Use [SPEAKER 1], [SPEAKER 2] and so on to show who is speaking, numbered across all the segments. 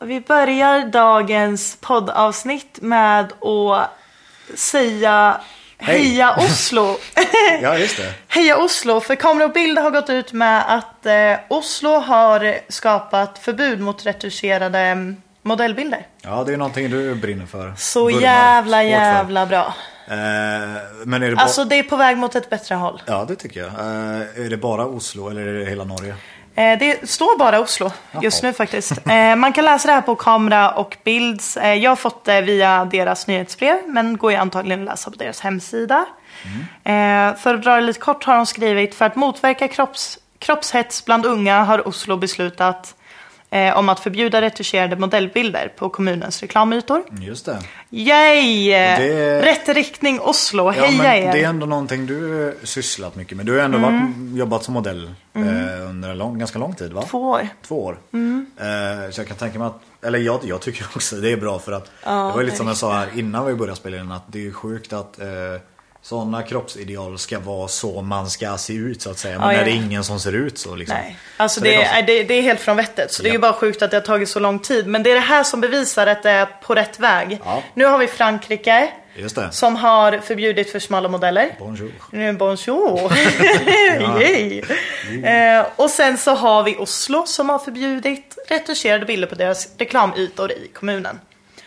[SPEAKER 1] Vi börjar dagens poddavsnitt med att säga
[SPEAKER 2] Hej.
[SPEAKER 1] Heja Oslo!
[SPEAKER 2] Ja, just det.
[SPEAKER 1] Heja Oslo! För Kamera och Bild har gått ut med att eh, Oslo har skapat förbud mot retuscherade mm, modellbilder.
[SPEAKER 2] Ja, det är ju någonting du brinner för.
[SPEAKER 1] Så
[SPEAKER 2] Vurmar
[SPEAKER 1] jävla
[SPEAKER 2] hårt för.
[SPEAKER 1] jävla bra.
[SPEAKER 2] Eh, men är det bara...
[SPEAKER 1] Alltså det är på väg mot ett bättre håll.
[SPEAKER 2] Ja, det tycker jag. Eh, är det bara Oslo eller är det hela Norge?
[SPEAKER 1] Eh, Det står bara Oslo just
[SPEAKER 2] Jaha.
[SPEAKER 1] nu faktiskt. Eh, Man kan läsa det här på Kamera och Bilds. Eh, Jag har fått det via deras nyhetsbrev, men går ju antagligen att läsa på deras hemsida.
[SPEAKER 2] Mm.
[SPEAKER 1] Eh, För att dra det lite kort har de skrivit, för att motverka kropps, kroppshets bland unga har Oslo beslutat eh, om att förbjuda retuscherade modellbilder på kommunens reklamytor.
[SPEAKER 2] Just det.
[SPEAKER 1] Yay!
[SPEAKER 2] Det-
[SPEAKER 1] Rätt riktning Oslo,
[SPEAKER 2] Ja,
[SPEAKER 1] heja
[SPEAKER 2] men
[SPEAKER 1] er! Mm.
[SPEAKER 2] det är ändå någonting du eh, sysslat mycket med. Du har ändå varit, jobbat som modell eh, under en lång, ganska lång tid va?
[SPEAKER 1] Två år.
[SPEAKER 2] Två år. Eh, så jag kan tänka mig att, eller jag, jag tycker också det är bra för att det var ju lite som jag sa här innan vi började spela in att det är ju sjukt att eh, sådana kroppsideal ska vara så man ska se ut så att säga. Men
[SPEAKER 1] Ja, ja.
[SPEAKER 2] är det ingen som ser ut så liksom.
[SPEAKER 1] Nej. Alltså
[SPEAKER 2] Så
[SPEAKER 1] det,
[SPEAKER 2] de
[SPEAKER 1] det,
[SPEAKER 2] som-
[SPEAKER 1] är, det, det är helt från vettet. Så det är ju
[SPEAKER 2] Ja.
[SPEAKER 1] bara sjukt att det har tagit så lång tid. Men det är det här som bevisar att det är på rätt väg.
[SPEAKER 2] Ja.
[SPEAKER 1] Nu har vi Frankrike
[SPEAKER 2] Just det.
[SPEAKER 1] som har förbjudit för smala modeller.
[SPEAKER 2] Bonjour.
[SPEAKER 1] Nu Bonjour! Yay.
[SPEAKER 2] Mm.
[SPEAKER 1] Eh, och sen så har vi Oslo som har förbjudit retuscherade bilder på deras reklamytor i kommunen.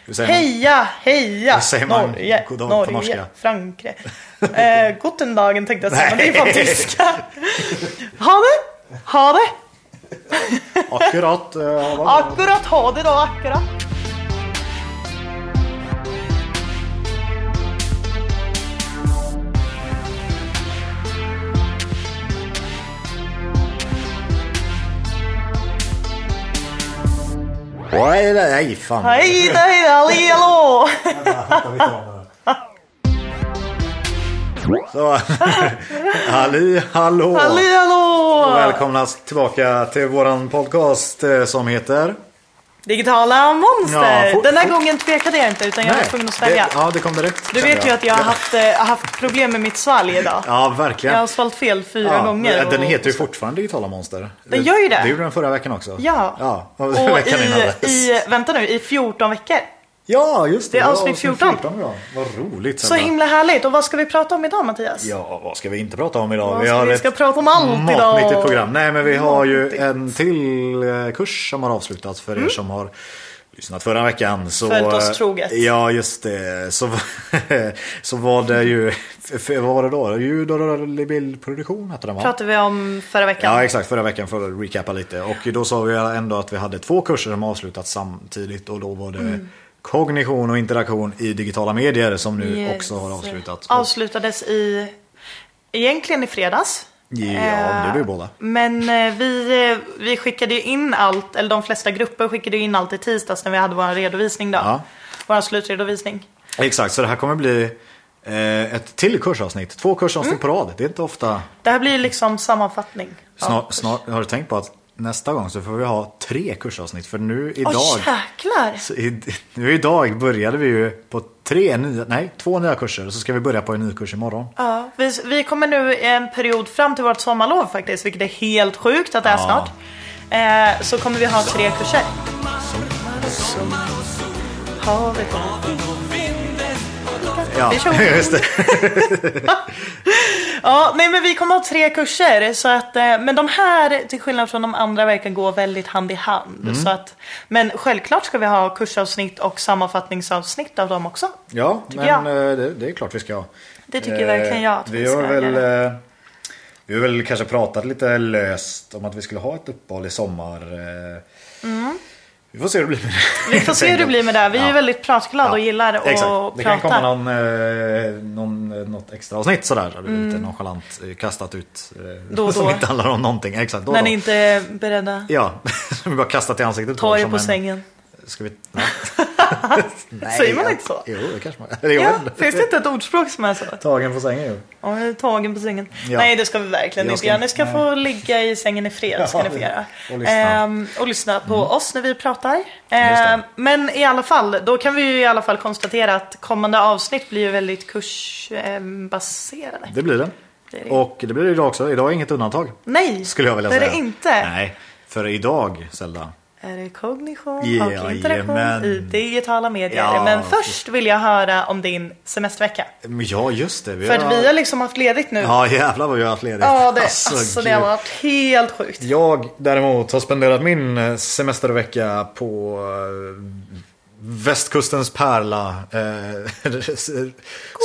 [SPEAKER 2] Hur säger man?
[SPEAKER 1] Heja, heja!
[SPEAKER 2] Hur säger man
[SPEAKER 1] Norge,
[SPEAKER 2] god dag på
[SPEAKER 1] Norge,
[SPEAKER 2] norska?
[SPEAKER 1] Frankrike. Eh, guten dagen tänkte jag säga, men det är fan
[SPEAKER 2] Nej.
[SPEAKER 1] tyska. Ha det! Ha det!
[SPEAKER 2] Akkurat. eh, vad var det?
[SPEAKER 1] Akkurat, ha det då, akkurat.
[SPEAKER 2] Nej, nej, fan.
[SPEAKER 1] Hej då, hej då, halli, hallå!
[SPEAKER 2] Så. Halli, hallå.
[SPEAKER 1] Halli,
[SPEAKER 2] Och
[SPEAKER 1] hallå!
[SPEAKER 2] välkomna tillbaka till våran podcast eh, som heter...
[SPEAKER 1] Digitala monster!
[SPEAKER 2] Ja, fort-
[SPEAKER 1] Den här
[SPEAKER 2] fort.
[SPEAKER 1] gången tvekade jag inte utan jag var tvungen att svälja.
[SPEAKER 2] det, ja, det kom direkt.
[SPEAKER 1] Du
[SPEAKER 2] kände
[SPEAKER 1] vet ju att jag har haft, eh, haft problem med mitt svalg idag.
[SPEAKER 2] Ja, verkligen.
[SPEAKER 1] Jag har svalt fel fyra
[SPEAKER 2] Ja,
[SPEAKER 1] gånger.
[SPEAKER 2] Den
[SPEAKER 1] och-
[SPEAKER 2] heter ju fortfarande Digitala Monster.
[SPEAKER 1] Den gör ju det.
[SPEAKER 2] Det gjorde den förra veckan också.
[SPEAKER 1] Ja.
[SPEAKER 2] Ja,
[SPEAKER 1] Och
[SPEAKER 2] veckan innan
[SPEAKER 1] i,
[SPEAKER 2] dess.
[SPEAKER 1] i, vänta nu, i 14 veckor.
[SPEAKER 2] Ja, just det.
[SPEAKER 1] det är
[SPEAKER 2] Ja,
[SPEAKER 1] avsnitt 14.
[SPEAKER 2] 14 ja. Vad roligt.
[SPEAKER 1] Så
[SPEAKER 2] Sandra.
[SPEAKER 1] himla härligt. Och vad ska vi prata om idag Mattias?
[SPEAKER 2] Ja, vad ska vi inte prata om idag?
[SPEAKER 1] Vad ska vi-
[SPEAKER 2] ett
[SPEAKER 1] ska prata om allt idag.
[SPEAKER 2] matnyttigt program. Nej, men vi har ju
[SPEAKER 1] Matnyttigt. Mm.
[SPEAKER 2] en till eh, kurs som har avslutats för er som har lyssnat förra veckan. Så, eh,
[SPEAKER 1] Följt oss troget.
[SPEAKER 2] Ja, just det. Så, så var det ju, f- vad var det då? Ljud och rörlig bildproduktion hette den va?
[SPEAKER 1] Pratade vi om förra veckan.
[SPEAKER 2] Ja exakt, förra veckan för att recapa lite. Och då sa vi ändå att vi hade två kurser som avslutats samtidigt och då var det
[SPEAKER 1] Mm.
[SPEAKER 2] kognition och interaktion i digitala medier som nu
[SPEAKER 1] Yes.
[SPEAKER 2] också har avslutats. Och-
[SPEAKER 1] Avslutades i, egentligen i fredags.
[SPEAKER 2] Ja,
[SPEAKER 1] Eh,
[SPEAKER 2] det blir båda.
[SPEAKER 1] Men eh, vi, eh, vi skickade ju in allt, eller de flesta grupper skickade ju in allt i tisdags när vi hade vår redovisning då.
[SPEAKER 2] Ja.
[SPEAKER 1] Vår slutredovisning.
[SPEAKER 2] Exakt, så det här kommer bli eh, ett till kursavsnitt. Två kursavsnitt på rad. Det är inte ofta.
[SPEAKER 1] Det här blir ju liksom sammanfattning. av
[SPEAKER 2] Snar,
[SPEAKER 1] kurs.
[SPEAKER 2] snar, har du tänkt på att nästa gång så får vi ha tre kursavsnitt? För nu
[SPEAKER 1] Åh
[SPEAKER 2] idag.
[SPEAKER 1] jäklar!
[SPEAKER 2] så i, nu idag började vi ju på tre nya, nej två nya kurser. Så ska vi börja på en ny kurs imorgon.
[SPEAKER 1] Ja, vi, vi kommer nu i en period fram till vårt sommarlov faktiskt, vilket är helt sjukt att det är
[SPEAKER 2] Ja.
[SPEAKER 1] snart. Eh, så kommer vi ha tre kurser. Havet och-
[SPEAKER 2] Ja,
[SPEAKER 1] Det kör vi.
[SPEAKER 2] just det.
[SPEAKER 1] Ja, nej men vi kommer ha tre kurser. Så att, eh, men de här, till skillnad från de andra, verkar gå väldigt hand i hand.
[SPEAKER 2] Mm.
[SPEAKER 1] Så att, men självklart ska vi ha kursavsnitt och sammanfattningsavsnitt av dem också.
[SPEAKER 2] Ja, men
[SPEAKER 1] jag.
[SPEAKER 2] eh, det, det är klart vi ska. ha.
[SPEAKER 1] Det tycker verkligen jag att
[SPEAKER 2] Eh, vi,
[SPEAKER 1] vi
[SPEAKER 2] har
[SPEAKER 1] ska
[SPEAKER 2] väl,
[SPEAKER 1] göra.
[SPEAKER 2] eh, Vi har väl kanske pratat lite löst om att vi skulle ha ett uppehåll i sommar. eh. Vi får se hur det blir.
[SPEAKER 1] Mm. Vi får se hur det blir med det. här. Vi är
[SPEAKER 2] Ja.
[SPEAKER 1] väldigt pratglada och gillar att
[SPEAKER 2] Exakt. Det kan komma
[SPEAKER 1] prata.
[SPEAKER 2] någon, eh, någon, eh, något extra avsnitt sådär. Så det blir Lite nonchalant eh, kastat ut. eh,
[SPEAKER 1] Mm. Då och
[SPEAKER 2] som
[SPEAKER 1] då.
[SPEAKER 2] inte handlar om någonting. Exakt. Då, och
[SPEAKER 1] När
[SPEAKER 2] då.
[SPEAKER 1] ni inte är beredda.
[SPEAKER 2] Ja, som vi bara kastat i ansiktet. på
[SPEAKER 1] Ta
[SPEAKER 2] oss
[SPEAKER 1] er
[SPEAKER 2] som
[SPEAKER 1] på
[SPEAKER 2] en-
[SPEAKER 1] sängen.
[SPEAKER 2] Ska vi... Nej. Nej,
[SPEAKER 1] Säger man
[SPEAKER 2] jag-
[SPEAKER 1] inte så?
[SPEAKER 2] Jo, det kanske man Eller jag
[SPEAKER 1] Ja,
[SPEAKER 2] vet inte.
[SPEAKER 1] finns det inte ett ordspråk som är så?
[SPEAKER 2] Tagen på sängen jo.
[SPEAKER 1] Ja, jag är tagen på sängen.
[SPEAKER 2] Ja.
[SPEAKER 1] Nej, det ska vi verkligen
[SPEAKER 2] Jag
[SPEAKER 1] inte
[SPEAKER 2] ska-
[SPEAKER 1] göra. Ni ska få ligga i sängen i fred.
[SPEAKER 2] Ja,
[SPEAKER 1] ska ni få göra.
[SPEAKER 2] och lyssna. Mm.
[SPEAKER 1] Ehm, och lyssna på oss när vi pratar.
[SPEAKER 2] det.
[SPEAKER 1] Ehm, men i alla fall, då kan vi ju i alla fall konstatera att kommande avsnitt blir ju väldigt kursbaserade.
[SPEAKER 2] Det blir det.
[SPEAKER 1] Det är det.
[SPEAKER 2] Och det blir det idag också. Idag är inget undantag.
[SPEAKER 1] Nej,
[SPEAKER 2] Skulle jag vilja
[SPEAKER 1] det är
[SPEAKER 2] säga.
[SPEAKER 1] det inte.
[SPEAKER 2] Nej, för idag Zelda
[SPEAKER 1] Är det kognition och interaktion
[SPEAKER 2] Jajamän.
[SPEAKER 1] i digitala medier?
[SPEAKER 2] Ja,
[SPEAKER 1] Men
[SPEAKER 2] precis.
[SPEAKER 1] först vill jag höra om din semestervecka.
[SPEAKER 2] Men Ja, just det. Vi
[SPEAKER 1] För att vi har liksom haft ledigt nu. Ja,
[SPEAKER 2] Ja, jävlar vad jag har haft ledigt.
[SPEAKER 1] det, alltså, det har
[SPEAKER 2] gud.
[SPEAKER 1] varit helt sjukt.
[SPEAKER 2] Jag däremot har spenderat min eh, semestervecka på eh, västkustens pärla. Eh, s-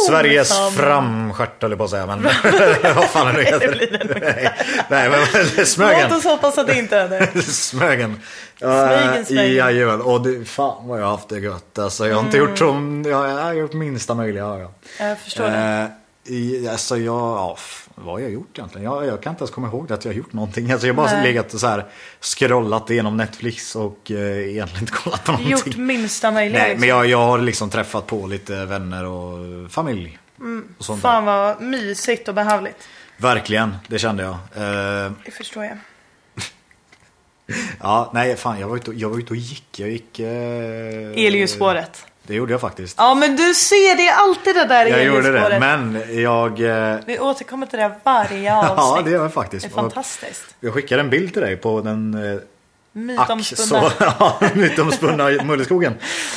[SPEAKER 2] Sveriges
[SPEAKER 1] Gosam.
[SPEAKER 2] framstjärt höll jag på att säga. Men vad fan är det heter? Nej, men Smögen.
[SPEAKER 1] Låt oss hoppas att det inte är det.
[SPEAKER 2] Smögen.
[SPEAKER 1] Smögen, Smögen.
[SPEAKER 2] Uh, jajamän. Och det, fan vad jag har haft det gött. Alltså, jag har inte gjort som, jag, jag har gjort minsta möjliga. Har jag.
[SPEAKER 1] Jag Mm. förstår det.
[SPEAKER 2] Eh, i, alltså jag, ja, f- vad har jag gjort egentligen? Jag, jag kan inte ens komma ihåg att jag har gjort någonting. Alltså jag har bara
[SPEAKER 1] Nej.
[SPEAKER 2] legat och så här scrollat igenom Netflix och eh, egentligen inte kollat på någonting.
[SPEAKER 1] Gjort minsta möjliga.
[SPEAKER 2] Nej,
[SPEAKER 1] liksom.
[SPEAKER 2] men jag, jag har liksom träffat på lite vänner och familj. och sånt där.
[SPEAKER 1] Mm. liksom. Fan vad mysigt och behövligt.
[SPEAKER 2] Verkligen, det kände jag. Eh,
[SPEAKER 1] Det förstår jag.
[SPEAKER 2] ja, nej fan jag var ute och, jag var ute och gick. Jag gick... Eh,
[SPEAKER 1] Elljusspåret.
[SPEAKER 2] Det gjorde jag faktiskt.
[SPEAKER 1] Ja men du ser, det är alltid det där
[SPEAKER 2] jag gjorde
[SPEAKER 1] elljusspåret.
[SPEAKER 2] det, men jag... Eh,
[SPEAKER 1] Vi återkommer till det varje avsnitt.
[SPEAKER 2] ja, det gör jag
[SPEAKER 1] det
[SPEAKER 2] faktiskt.
[SPEAKER 1] är
[SPEAKER 2] Och
[SPEAKER 1] fantastiskt.
[SPEAKER 2] jag skickade en bild till dig på den eh, Ack,
[SPEAKER 1] Mytomspunna
[SPEAKER 2] så, ja, mytomspunna mulleskogen.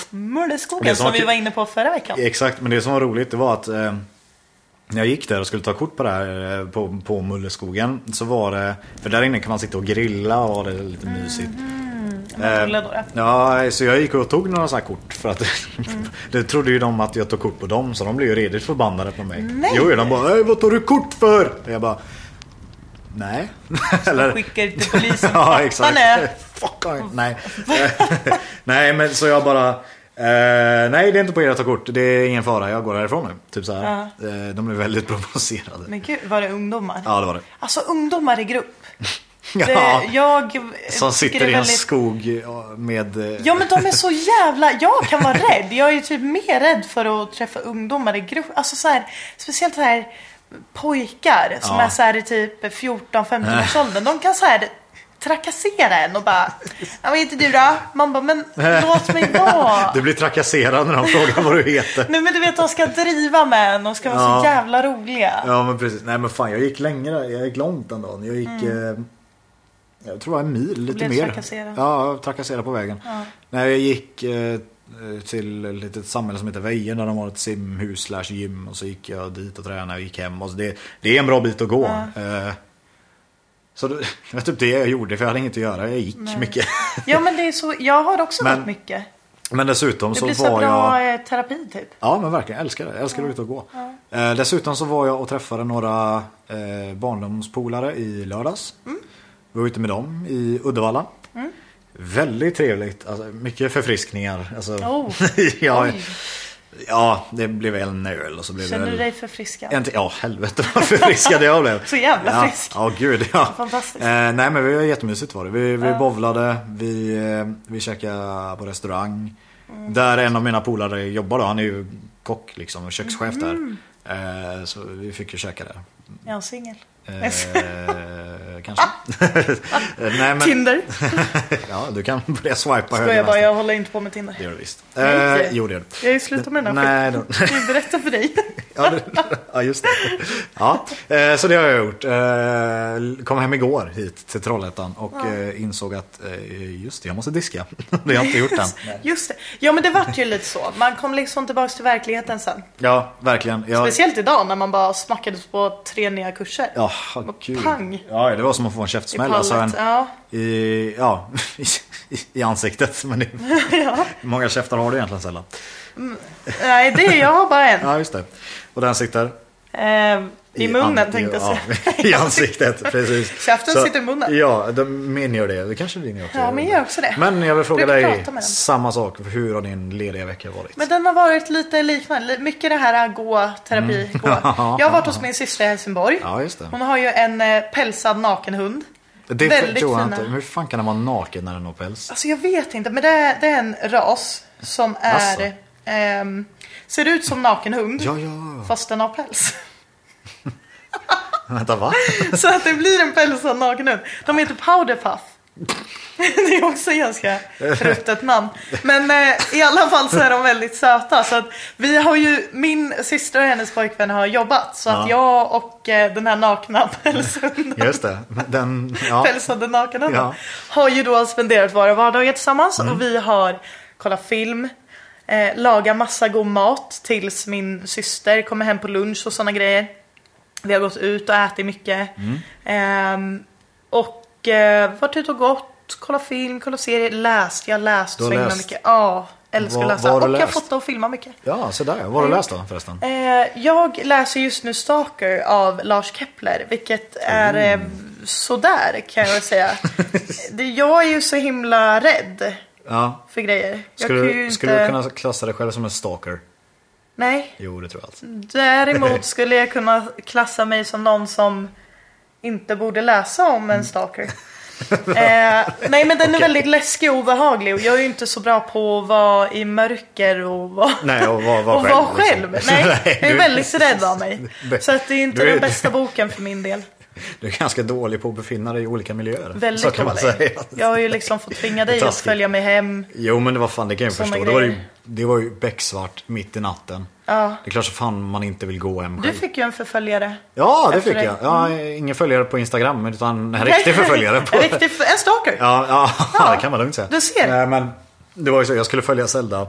[SPEAKER 2] Det
[SPEAKER 1] mulleskogen
[SPEAKER 2] är
[SPEAKER 1] som
[SPEAKER 2] som
[SPEAKER 1] vi
[SPEAKER 2] att-
[SPEAKER 1] var inne på förra veckan.
[SPEAKER 2] Exakt, men det som var roligt det var att eh, när jag gick där och skulle ta kort på det här eh, på, på mulleskogen så var det, för där inne kan man sitta och grilla och ha det lite mysigt. Eh,
[SPEAKER 1] Men Olle då, ja.
[SPEAKER 2] ja, så jag gick och tog några så här kort för att
[SPEAKER 1] Mm.
[SPEAKER 2] det trodde ju de att jag tog kort på dem så de blev ju redigt förbannade på mig.
[SPEAKER 1] Nej.
[SPEAKER 2] Jo, de bara "Äh, vad tar du kort för? Och jag bara Nej. Eller,
[SPEAKER 1] Skickar till polisen.
[SPEAKER 2] ja, exakt.
[SPEAKER 1] Fan, eh.
[SPEAKER 2] Fuck, oj, nej. nej, men så jag bara... Eh, nej, det är inte på er att ta kort. Det är ingen fara. Jag går härifrån nu. Typ så här. Eh, de är väldigt provocerade.
[SPEAKER 1] Men gud, var det ungdomar?
[SPEAKER 2] Ja, det var det.
[SPEAKER 1] Alltså ungdomar i grupp. Det,
[SPEAKER 2] ja,
[SPEAKER 1] jag
[SPEAKER 2] som
[SPEAKER 1] tycker
[SPEAKER 2] sitter
[SPEAKER 1] det
[SPEAKER 2] i
[SPEAKER 1] är
[SPEAKER 2] en
[SPEAKER 1] väldigt-
[SPEAKER 2] skog ja, med... eh,
[SPEAKER 1] Ja men de är så jävla, jag kan vara rädd. Jag är ju typ mer rädd för att träffa ungdomar i grupp. Alltså så här, speciellt så här pojkar som
[SPEAKER 2] Ja.
[SPEAKER 1] är så här i typ 14-15 års åldern. De kan så här trakassera en och bara, ja men inte du då? Man bara, men låt mig vara.
[SPEAKER 2] Du blir trakasserad när de frågar vad du heter.
[SPEAKER 1] Nej men du vet de ska driva med en, de ska vara så
[SPEAKER 2] Ja.
[SPEAKER 1] jävla roliga.
[SPEAKER 2] Ja, men precis. Nej, men fan. Jag gick längre. Jag gick långt den dagen. Jag gick... Eh, jag tror det var en mil, lite
[SPEAKER 1] Mm. Blev
[SPEAKER 2] mer.
[SPEAKER 1] trakasserad.
[SPEAKER 2] Ja, jag trakasserade på vägen. Nej, jag gick eh, till ett litet samhälle som heter Vejen där de har ett simhus slash gym. Och så gick jag dit och tränade och gick hem. Och så det, det är en bra bit att gå. Eh, så det det var typ det jag gjorde för jag hade inget att göra. Jag gick mycket.
[SPEAKER 1] Ja men det är så, jag har också
[SPEAKER 2] Men-
[SPEAKER 1] gått mycket.
[SPEAKER 2] Men dessutom
[SPEAKER 1] Det
[SPEAKER 2] så
[SPEAKER 1] blir
[SPEAKER 2] var
[SPEAKER 1] så
[SPEAKER 2] jag...
[SPEAKER 1] bra eh, terapi typ.
[SPEAKER 2] Ja men verkligen, jag älskar det. Jag älskar att vara ute och gå. Eh, dessutom så var jag och träffade några eh, barndomspolare i lördags.
[SPEAKER 1] Mm.
[SPEAKER 2] Vi var ute med dem i Uddevalla. Väldigt trevligt, alltså, mycket förfriskningar. Alltså,
[SPEAKER 1] Oh.
[SPEAKER 2] ja,
[SPEAKER 1] Oj.
[SPEAKER 2] ja, det blev väl en öl och så blev
[SPEAKER 1] Känner
[SPEAKER 2] det
[SPEAKER 1] du
[SPEAKER 2] väl...
[SPEAKER 1] dig förfriskad?
[SPEAKER 2] En till- Ja, helvete vad förfriskad jag blev.
[SPEAKER 1] Så jävla
[SPEAKER 2] ja.
[SPEAKER 1] frisk.
[SPEAKER 2] Ja, gud ja.
[SPEAKER 1] Fantastiskt.
[SPEAKER 2] Eh, nej men vi var jättemysigt var det. Vi, vi bowlade, vi, eh, vi käkade på restaurang. Där en av mina polare jobbar då. Han är ju kock liksom och kökschef
[SPEAKER 1] Mm.
[SPEAKER 2] där. Eh, så vi fick ju käka där.
[SPEAKER 1] Är han singel?
[SPEAKER 2] Eh, kanske. Eh, nej, men,
[SPEAKER 1] Tinder?
[SPEAKER 2] ja, du kan börja swipa
[SPEAKER 1] Skojar
[SPEAKER 2] höger
[SPEAKER 1] bara,
[SPEAKER 2] vänster.
[SPEAKER 1] jag håller inte på med Tinder.
[SPEAKER 2] Det gör du visst.
[SPEAKER 1] Nej, inte.
[SPEAKER 2] Eh, jo det gör du.
[SPEAKER 1] Jag har ju slutat med den här
[SPEAKER 2] Nej,
[SPEAKER 1] skiten.
[SPEAKER 2] då.
[SPEAKER 1] Jag kan ju berätta för dig.
[SPEAKER 2] Ja, det, ja just det. Ja, eh, så det har jag gjort. Eh, Kom hem igår hit till Trollhättan och eh, insåg att eh, just det, jag måste diska. Det har jag inte gjort än.
[SPEAKER 1] Just det. Ja men det vart ju lite så. Man kom liksom tillbaks till verkligheten sen.
[SPEAKER 2] Ja, verkligen. Jag,
[SPEAKER 1] Speciellt idag när man bara smackades på tre nya kurser.
[SPEAKER 2] ja, gud.
[SPEAKER 1] Pang.
[SPEAKER 2] Ja, det var som att få en
[SPEAKER 1] I
[SPEAKER 2] käftsmäll.
[SPEAKER 1] pallet.
[SPEAKER 2] Alltså en,
[SPEAKER 1] Ja.
[SPEAKER 2] i, ja, i, I ansiktet. Men det, Många käftar har du egentligen sällan.
[SPEAKER 1] Nej, det är jag har bara en.
[SPEAKER 2] Ja, just det. Och den sitter?
[SPEAKER 1] Eh, I munnen
[SPEAKER 2] an-
[SPEAKER 1] tänkte jag
[SPEAKER 2] ja,
[SPEAKER 1] säga.
[SPEAKER 2] I ansiktet, precis.
[SPEAKER 1] Käften sitter i munnen.
[SPEAKER 2] Ja, de- min gör det. Det kanske din gör också.
[SPEAKER 1] Ja, min gör också det.
[SPEAKER 2] Men jag vill fråga
[SPEAKER 1] Brukar
[SPEAKER 2] dig
[SPEAKER 1] prata med den.
[SPEAKER 2] samma sak. Hur har din lediga vecka varit?
[SPEAKER 1] Men den har varit lite liknande. Li- Mycket det här gå, terapi, gå. Jag har varit hos min syster i Helsingborg.
[SPEAKER 2] Mm. Ja, just det.
[SPEAKER 1] Hon har ju en eh, pälsad nakenhund.
[SPEAKER 2] det
[SPEAKER 1] väldigt
[SPEAKER 2] tror jag
[SPEAKER 1] fina.
[SPEAKER 2] inte. Men Hur fan kan den vara naken när den har päls?
[SPEAKER 1] Alltså jag vet inte, men det är, det är en ras som är...
[SPEAKER 2] Alltså.
[SPEAKER 1] ehm, ser ut som nakenhund,
[SPEAKER 2] Ja, ja.
[SPEAKER 1] fast den har päls.
[SPEAKER 2] Vänta, va?
[SPEAKER 1] Så att det blir en pälsad nakenhund. De heter Powderpuff. det är också ganska ruttet namn. Men eh, i alla fall så är de väldigt söta. Så att vi har ju, min syster och hennes pojkvän har jobbat. Så att
[SPEAKER 2] Ja.
[SPEAKER 1] jag och eh, den här nakna pälshunden,
[SPEAKER 2] Just det. Den, ja.
[SPEAKER 1] pälsade nakenhunden,
[SPEAKER 2] Ja. Mm.
[SPEAKER 1] har ju då spenderat våra vardagar tillsammans. Och vi har kollat film, eh, lagat massa god mat tills min syster kommer hem på lunch och sådana grejer. Vi har gått ut och ätit mycket.
[SPEAKER 2] Mm.
[SPEAKER 1] Ehm, och eh, varit ute och gått, kollat film, kollat serier, läst. Jag har läst
[SPEAKER 2] Du har
[SPEAKER 1] så himla
[SPEAKER 2] läst.
[SPEAKER 1] mycket. Ja, älskar att
[SPEAKER 2] Vad-
[SPEAKER 1] läsa.
[SPEAKER 2] vad har
[SPEAKER 1] Och
[SPEAKER 2] du
[SPEAKER 1] jag har
[SPEAKER 2] läst?
[SPEAKER 1] fotat och filmat mycket.
[SPEAKER 2] Ja, så där. Vad har du läst då förresten?
[SPEAKER 1] Eh, jag läser just nu Stalker av Lars Kepler, vilket är
[SPEAKER 2] Mm.
[SPEAKER 1] eh, sådär kan jag väl säga. Det- jag är ju så himla rädd
[SPEAKER 2] Ja.
[SPEAKER 1] för grejer. Jag
[SPEAKER 2] Skulle,
[SPEAKER 1] kan ju
[SPEAKER 2] du- skulle du kunna klassa dig själv som en stalker?
[SPEAKER 1] Nej.
[SPEAKER 2] Jo, det tror jag alltså.
[SPEAKER 1] Däremot skulle jag kunna klassa mig som någon som inte borde läsa om en stalker. eh, nej men den är väldigt läskig och obehaglig och jag är ju inte så bra på att vara i mörker och vara
[SPEAKER 2] Nej, och var, var
[SPEAKER 1] och
[SPEAKER 2] själv.
[SPEAKER 1] vara själv.
[SPEAKER 2] liksom.
[SPEAKER 1] Nej, jag är
[SPEAKER 2] du-
[SPEAKER 1] väldigt rädd av mig.
[SPEAKER 2] Det-
[SPEAKER 1] Så att det är inte
[SPEAKER 2] du är-
[SPEAKER 1] den bästa boken för min del.
[SPEAKER 2] Du är ganska dålig på att befinna dig i olika miljöer.
[SPEAKER 1] Väldigt
[SPEAKER 2] så kan man
[SPEAKER 1] dålig.
[SPEAKER 2] säga.
[SPEAKER 1] Jag har ju liksom fått tvinga dig att
[SPEAKER 2] Taskigt.
[SPEAKER 1] följa mig hem.
[SPEAKER 2] Jo men det var fan, det kan jag
[SPEAKER 1] Såna
[SPEAKER 2] förstå. Det var, ju,
[SPEAKER 1] grejer.
[SPEAKER 2] det var ju becksvart mitt i natten.
[SPEAKER 1] Ja.
[SPEAKER 2] Det är klart så fan man inte vill gå hem
[SPEAKER 1] Du
[SPEAKER 2] själv.
[SPEAKER 1] fick ju en förföljare.
[SPEAKER 2] Ja, det
[SPEAKER 1] Efter
[SPEAKER 2] fick
[SPEAKER 1] dig.
[SPEAKER 2] jag. Ja, ingen följare på Instagram utan en riktig förföljare. På...
[SPEAKER 1] en, riktig, för- en stalker.
[SPEAKER 2] Ja, ja,
[SPEAKER 1] Ja,
[SPEAKER 2] det kan man lugnt säga.
[SPEAKER 1] du ser.
[SPEAKER 2] Nej, men det var ju så, jag skulle följa Zelda när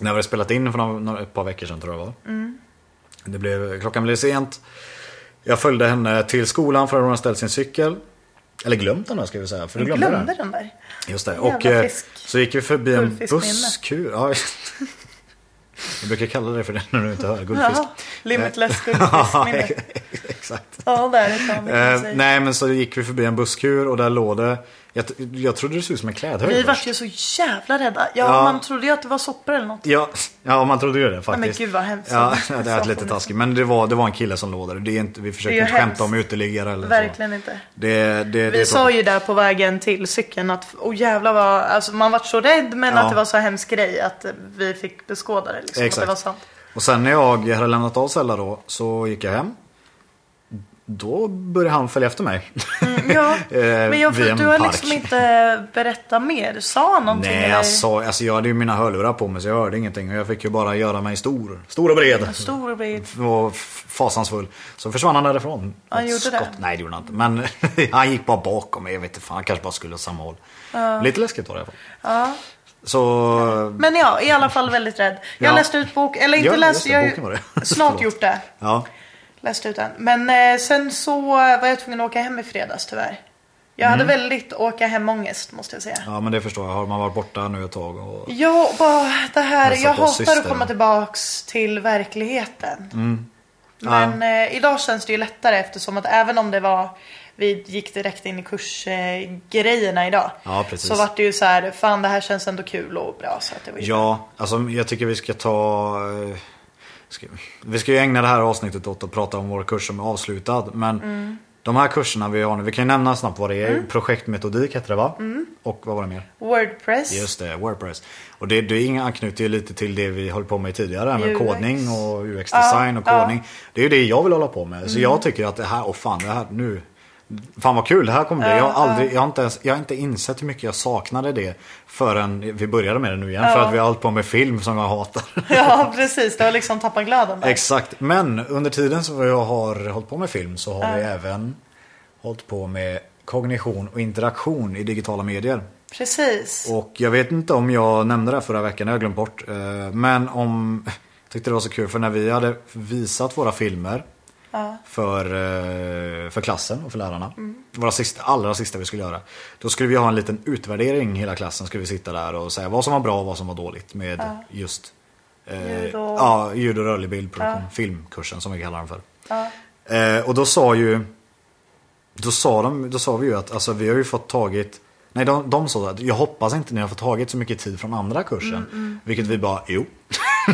[SPEAKER 2] vi hade spelat in för några, några, ett par veckor sedan tror jag det var.
[SPEAKER 1] Mm.
[SPEAKER 2] Det blev, klockan blev sent. Jag följde henne till skolan för att hon hade ställt sin cykel. Eller glömt den då, ska vi säga. För du
[SPEAKER 1] Du
[SPEAKER 2] glömde, den.
[SPEAKER 1] glömde den där.
[SPEAKER 2] Just det.
[SPEAKER 1] Jävla
[SPEAKER 2] Och eh,
[SPEAKER 1] fisk.
[SPEAKER 2] så gick vi förbi en
[SPEAKER 1] Guldfiskminne.
[SPEAKER 2] busskur. Ja, just- jag brukar kalla det för det när du inte hör. Guldfisk.
[SPEAKER 1] Jaha, limitless
[SPEAKER 2] Eh, Ja,
[SPEAKER 1] guldfiskminne.
[SPEAKER 2] exakt.
[SPEAKER 1] Ja, där är fan vad jag
[SPEAKER 2] Eh,
[SPEAKER 1] kan säga.
[SPEAKER 2] nej men så gick vi förbi en busskur och där låg det Jag, jag trodde det såg ut som en klädhöjd
[SPEAKER 1] Vi
[SPEAKER 2] först.
[SPEAKER 1] vart ju så jävla rädda. Ja,
[SPEAKER 2] Ja.
[SPEAKER 1] man trodde ju att det var soppor eller något.
[SPEAKER 2] Ja, ja man trodde ju det faktiskt.
[SPEAKER 1] Nej, men gud, vad hemskt.
[SPEAKER 2] Ja, det är
[SPEAKER 1] Så
[SPEAKER 2] lite
[SPEAKER 1] hemskt.
[SPEAKER 2] taskigt. Men det var, det var en kille som låg där. Det är inte, vi försöker
[SPEAKER 1] Det är
[SPEAKER 2] inte
[SPEAKER 1] ju
[SPEAKER 2] skämta om
[SPEAKER 1] hemskt.
[SPEAKER 2] uteliggare eller så.
[SPEAKER 1] Verkligen inte.
[SPEAKER 2] Det, alltså. det, det
[SPEAKER 1] Vi
[SPEAKER 2] är
[SPEAKER 1] sa ju där på vägen till cykeln att oh, jävlar vad, alltså, man vart så rädd men
[SPEAKER 2] Ja.
[SPEAKER 1] att det var så hemsk grej att eh, vi fick beskåda det. Liksom, Att
[SPEAKER 2] Exakt.
[SPEAKER 1] det var sant.
[SPEAKER 2] Och sen när jag hade lämnat av Sella då så gick jag hem. Då började han följa efter mig.
[SPEAKER 1] Mm, ja.
[SPEAKER 2] Eh,
[SPEAKER 1] Men jag,
[SPEAKER 2] via
[SPEAKER 1] för,
[SPEAKER 2] en
[SPEAKER 1] du har
[SPEAKER 2] park.
[SPEAKER 1] liksom inte berättat mer. Sa någonting?
[SPEAKER 2] Nej,
[SPEAKER 1] eller?
[SPEAKER 2] jag sa, alltså jag hade ju mina hörlurar på mig så jag hörde ingenting. Och jag fick ju bara göra mig stor. Stor och bred.
[SPEAKER 1] Stor bild.
[SPEAKER 2] var fasansfull. Så försvann han därifrån.
[SPEAKER 1] Ja, han
[SPEAKER 2] Ett
[SPEAKER 1] gjorde
[SPEAKER 2] skott.
[SPEAKER 1] det.
[SPEAKER 2] Nej det gjorde han inte. Men han gick bara bakom mig. Jag vet inte fan, han kanske bara skulle åt samma håll. Lite läskigt var det i alla fall.
[SPEAKER 1] Ja.
[SPEAKER 2] Så...
[SPEAKER 1] Men ja, i alla fall väldigt rädd. Jag
[SPEAKER 2] Ja.
[SPEAKER 1] läste ut bok, eller inte
[SPEAKER 2] Ja,
[SPEAKER 1] läst,
[SPEAKER 2] just det,
[SPEAKER 1] jag har
[SPEAKER 2] boken var
[SPEAKER 1] ju
[SPEAKER 2] det.
[SPEAKER 1] snart
[SPEAKER 2] Förlåt.
[SPEAKER 1] gjort det.
[SPEAKER 2] Ja.
[SPEAKER 1] Läste ut den. Men eh, sen så eh, var jag tvungen att åka hem i fredags tyvärr. Jag hade väldigt åka hem-ångest måste jag säga.
[SPEAKER 2] Mm. ja men det förstår jag. Har man varit borta nu ett tag och...
[SPEAKER 1] Ja, bara det här.
[SPEAKER 2] Hälsa
[SPEAKER 1] Jag hatar att
[SPEAKER 2] på Alltså, syster. Mm.
[SPEAKER 1] komma tillbaks till verkligheten. Men eh, idag känns det ju lättare eftersom att även om det var vi gick direkt in i kursgrejerna eh, grejerna idag.
[SPEAKER 2] Ja, precis.
[SPEAKER 1] Så vart det ju så här, fan det här känns ändå kul och bra. Så att det var ju
[SPEAKER 2] Ja, alltså jag tycker vi ska ta... eh, Ska, vi ska ju ägna det här avsnittet åt att prata om vår kurs som är avslutad. Men
[SPEAKER 1] Mm.
[SPEAKER 2] de här kurserna vi har nu, vi kan ju nämna snabbt vad det är. Projektmetodik heter det va?
[SPEAKER 1] Mm.
[SPEAKER 2] Och vad var det mer?
[SPEAKER 1] Wordpress.
[SPEAKER 2] Just det, Wordpress. Och det, det är inga- anknyter ju lite till det vi höll på med tidigare med
[SPEAKER 1] UX.
[SPEAKER 2] kodning och UX-design och
[SPEAKER 1] Ja, Mm.
[SPEAKER 2] kodning. Det är ju det jag vill hålla på med. Så jag tycker att det här, åh fan, det här nu. Fan vad kul det här kommer bli. jag, har aldrig, jag, har inte ens, jag har inte insett hur mycket jag saknade det förrän vi började med det nu igen. För
[SPEAKER 1] Ja.
[SPEAKER 2] att vi har hållit på med film som jag hatar.
[SPEAKER 1] ja, precis. Det har liksom tappat glöden. där.
[SPEAKER 2] Exakt, men under tiden som jag har hållit på med film så har vi även hållit på med kognition och interaktion i digitala medier.
[SPEAKER 1] Precis.
[SPEAKER 2] Och jag vet inte om jag nämnde det här förra veckan, jag har glömt bort. Eh, Men om... Jag tyckte det var så kul för när vi hade visat våra filmer för, eh, för klassen och för lärarna.
[SPEAKER 1] Mm.
[SPEAKER 2] Våra sista, allra sista vi skulle göra. Då skulle vi ha en liten utvärdering hela klassen. Skulle vi sitta där och säga vad som var bra och vad som var dåligt med just eh,
[SPEAKER 1] Ljud och-
[SPEAKER 2] ja, ljud och rörlig bildproduktion. Filmkursen som vi kallar den för. Eh, och då sa ju då sa, de, då sa vi ju att alltså, vi har ju fått tagit Nej de, de sa att jag hoppas inte ni har fått tagit så mycket tid från andra kursen.
[SPEAKER 1] Mm,
[SPEAKER 2] Vilket vi bara, jo.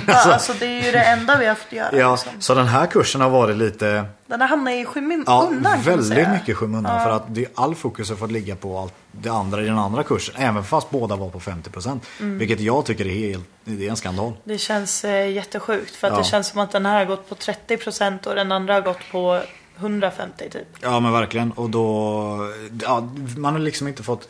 [SPEAKER 1] Ja, alltså det är ju det enda vi har fått göra.
[SPEAKER 2] Ja,
[SPEAKER 1] Liksom.
[SPEAKER 2] så den här kursen har varit lite
[SPEAKER 1] Den har hamnat i skymundan
[SPEAKER 2] ja,
[SPEAKER 1] kan man
[SPEAKER 2] väldigt
[SPEAKER 1] säga.
[SPEAKER 2] mycket i skymundan. För att det, all fokus har fått ligga på allt det andra i den andra kursen. Även fast båda var på 50%.
[SPEAKER 1] Mm.
[SPEAKER 2] Vilket jag tycker är, helt, det är en skandal.
[SPEAKER 1] Det känns eh, jättesjukt för att
[SPEAKER 2] Ja.
[SPEAKER 1] det känns som att den här har gått på 30% och den andra har gått på 150 typ.
[SPEAKER 2] Ja men verkligen. Och då, ja, man har liksom inte fått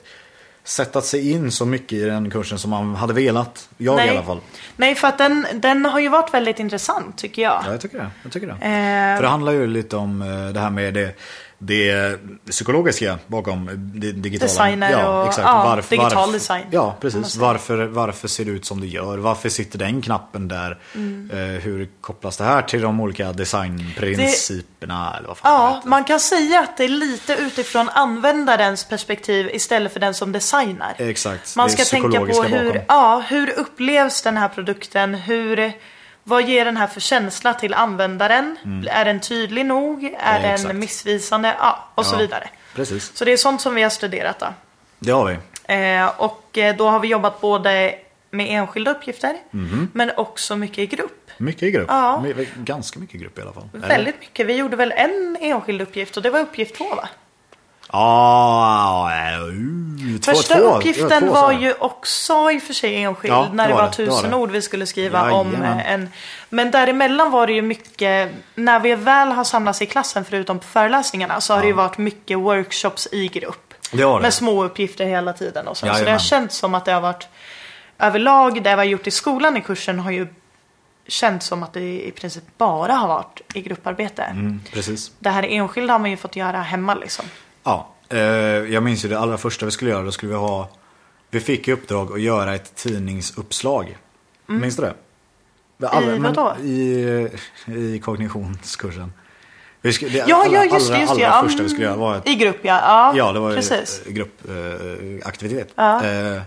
[SPEAKER 2] sättat sig in så mycket i den kursen som man hade velat. Jag
[SPEAKER 1] Nej.
[SPEAKER 2] i alla fall.
[SPEAKER 1] Nej, för att den, den har ju varit väldigt intressant tycker jag.
[SPEAKER 2] Ja, jag tycker det. Jag tycker det.
[SPEAKER 1] Eh,
[SPEAKER 2] För det handlar ju lite om eh, det här med det, det psykologiska bakom det digitala.
[SPEAKER 1] Designer
[SPEAKER 2] ja,
[SPEAKER 1] och-
[SPEAKER 2] exakt.
[SPEAKER 1] ja,
[SPEAKER 2] Varf-
[SPEAKER 1] digital
[SPEAKER 2] varf-
[SPEAKER 1] design.
[SPEAKER 2] Ja,
[SPEAKER 1] Kan man
[SPEAKER 2] precis.
[SPEAKER 1] säga.
[SPEAKER 2] Varför, varför ser det ut som det gör? Varför sitter den knappen där?
[SPEAKER 1] Mm.
[SPEAKER 2] Eh, hur kopplas det här till de olika designprinciperna? Eller vad fan det
[SPEAKER 1] ja,
[SPEAKER 2] heter?
[SPEAKER 1] man kan säga att det är lite utifrån användarens perspektiv istället för den som designar.
[SPEAKER 2] Exakt.
[SPEAKER 1] Man
[SPEAKER 2] det
[SPEAKER 1] ska tänka på
[SPEAKER 2] psykologiska
[SPEAKER 1] hur,
[SPEAKER 2] bakom.
[SPEAKER 1] ja, hur upplevs den här produkten? Hur, vad ger den här för känsla till användaren? Är den tydlig nog? Är
[SPEAKER 2] Mm. Ja,
[SPEAKER 1] den
[SPEAKER 2] exakt.
[SPEAKER 1] missvisande? Ja, och så
[SPEAKER 2] Ja.
[SPEAKER 1] vidare.
[SPEAKER 2] Precis.
[SPEAKER 1] Så det är sånt som vi har studerat. Då.
[SPEAKER 2] Det har vi.
[SPEAKER 1] Eh, och eh, då har vi jobbat både med enskilda uppgifter
[SPEAKER 2] Mhm.
[SPEAKER 1] men också mycket i grupp.
[SPEAKER 2] Mycket i grupp.
[SPEAKER 1] Ja.
[SPEAKER 2] My- Ganska mycket i grupp i alla fall. Eller?
[SPEAKER 1] Väldigt mycket. Vi gjorde väl en enskild uppgift och det var uppgift två va?
[SPEAKER 2] Ja, eh, uh, två,
[SPEAKER 1] Första
[SPEAKER 2] två,
[SPEAKER 1] uppgiften
[SPEAKER 2] två, så
[SPEAKER 1] var
[SPEAKER 2] här.
[SPEAKER 1] ju också i och för sig enskild
[SPEAKER 2] Ja,
[SPEAKER 1] när
[SPEAKER 2] det
[SPEAKER 1] det
[SPEAKER 2] var
[SPEAKER 1] var,
[SPEAKER 2] det, det var
[SPEAKER 1] tusen
[SPEAKER 2] det.
[SPEAKER 1] ord vi skulle skriva om
[SPEAKER 2] Jajamän.
[SPEAKER 1] eh, en... Men däremellan var det ju mycket, när vi väl har samlats i klassen förutom på föreläsningarna så har det ju varit mycket workshops i grupp.
[SPEAKER 2] Det var det.
[SPEAKER 1] Med små uppgifter hela tiden och så. Så det har
[SPEAKER 2] Jajamän.
[SPEAKER 1] känts som att det har varit överlag, det vi har gjort i skolan i kursen har ju känts som att det i princip bara har varit i grupparbete.
[SPEAKER 2] Mm, precis.
[SPEAKER 1] Det här enskilda har man ju fått göra hemma liksom.
[SPEAKER 2] Ja, eh, jag minns ju det allra första vi skulle göra. Då skulle vi ha... Vi fick i uppdrag att göra ett tidningsuppslag. Minns du det? Vi alla-
[SPEAKER 1] I Mm. Eh, vadå?
[SPEAKER 2] I, I kognitionskursen. Vi skulle, det
[SPEAKER 1] Ja, ja,
[SPEAKER 2] allra,
[SPEAKER 1] just det.
[SPEAKER 2] allra,
[SPEAKER 1] Just det
[SPEAKER 2] allra
[SPEAKER 1] ja.
[SPEAKER 2] första vi skulle göra
[SPEAKER 1] Mm,
[SPEAKER 2] var ett
[SPEAKER 1] I grupp ja. Ja,
[SPEAKER 2] Ja, det var ju
[SPEAKER 1] precis.
[SPEAKER 2] eh, gruppaktivitet.
[SPEAKER 1] Ja.
[SPEAKER 2] Eh,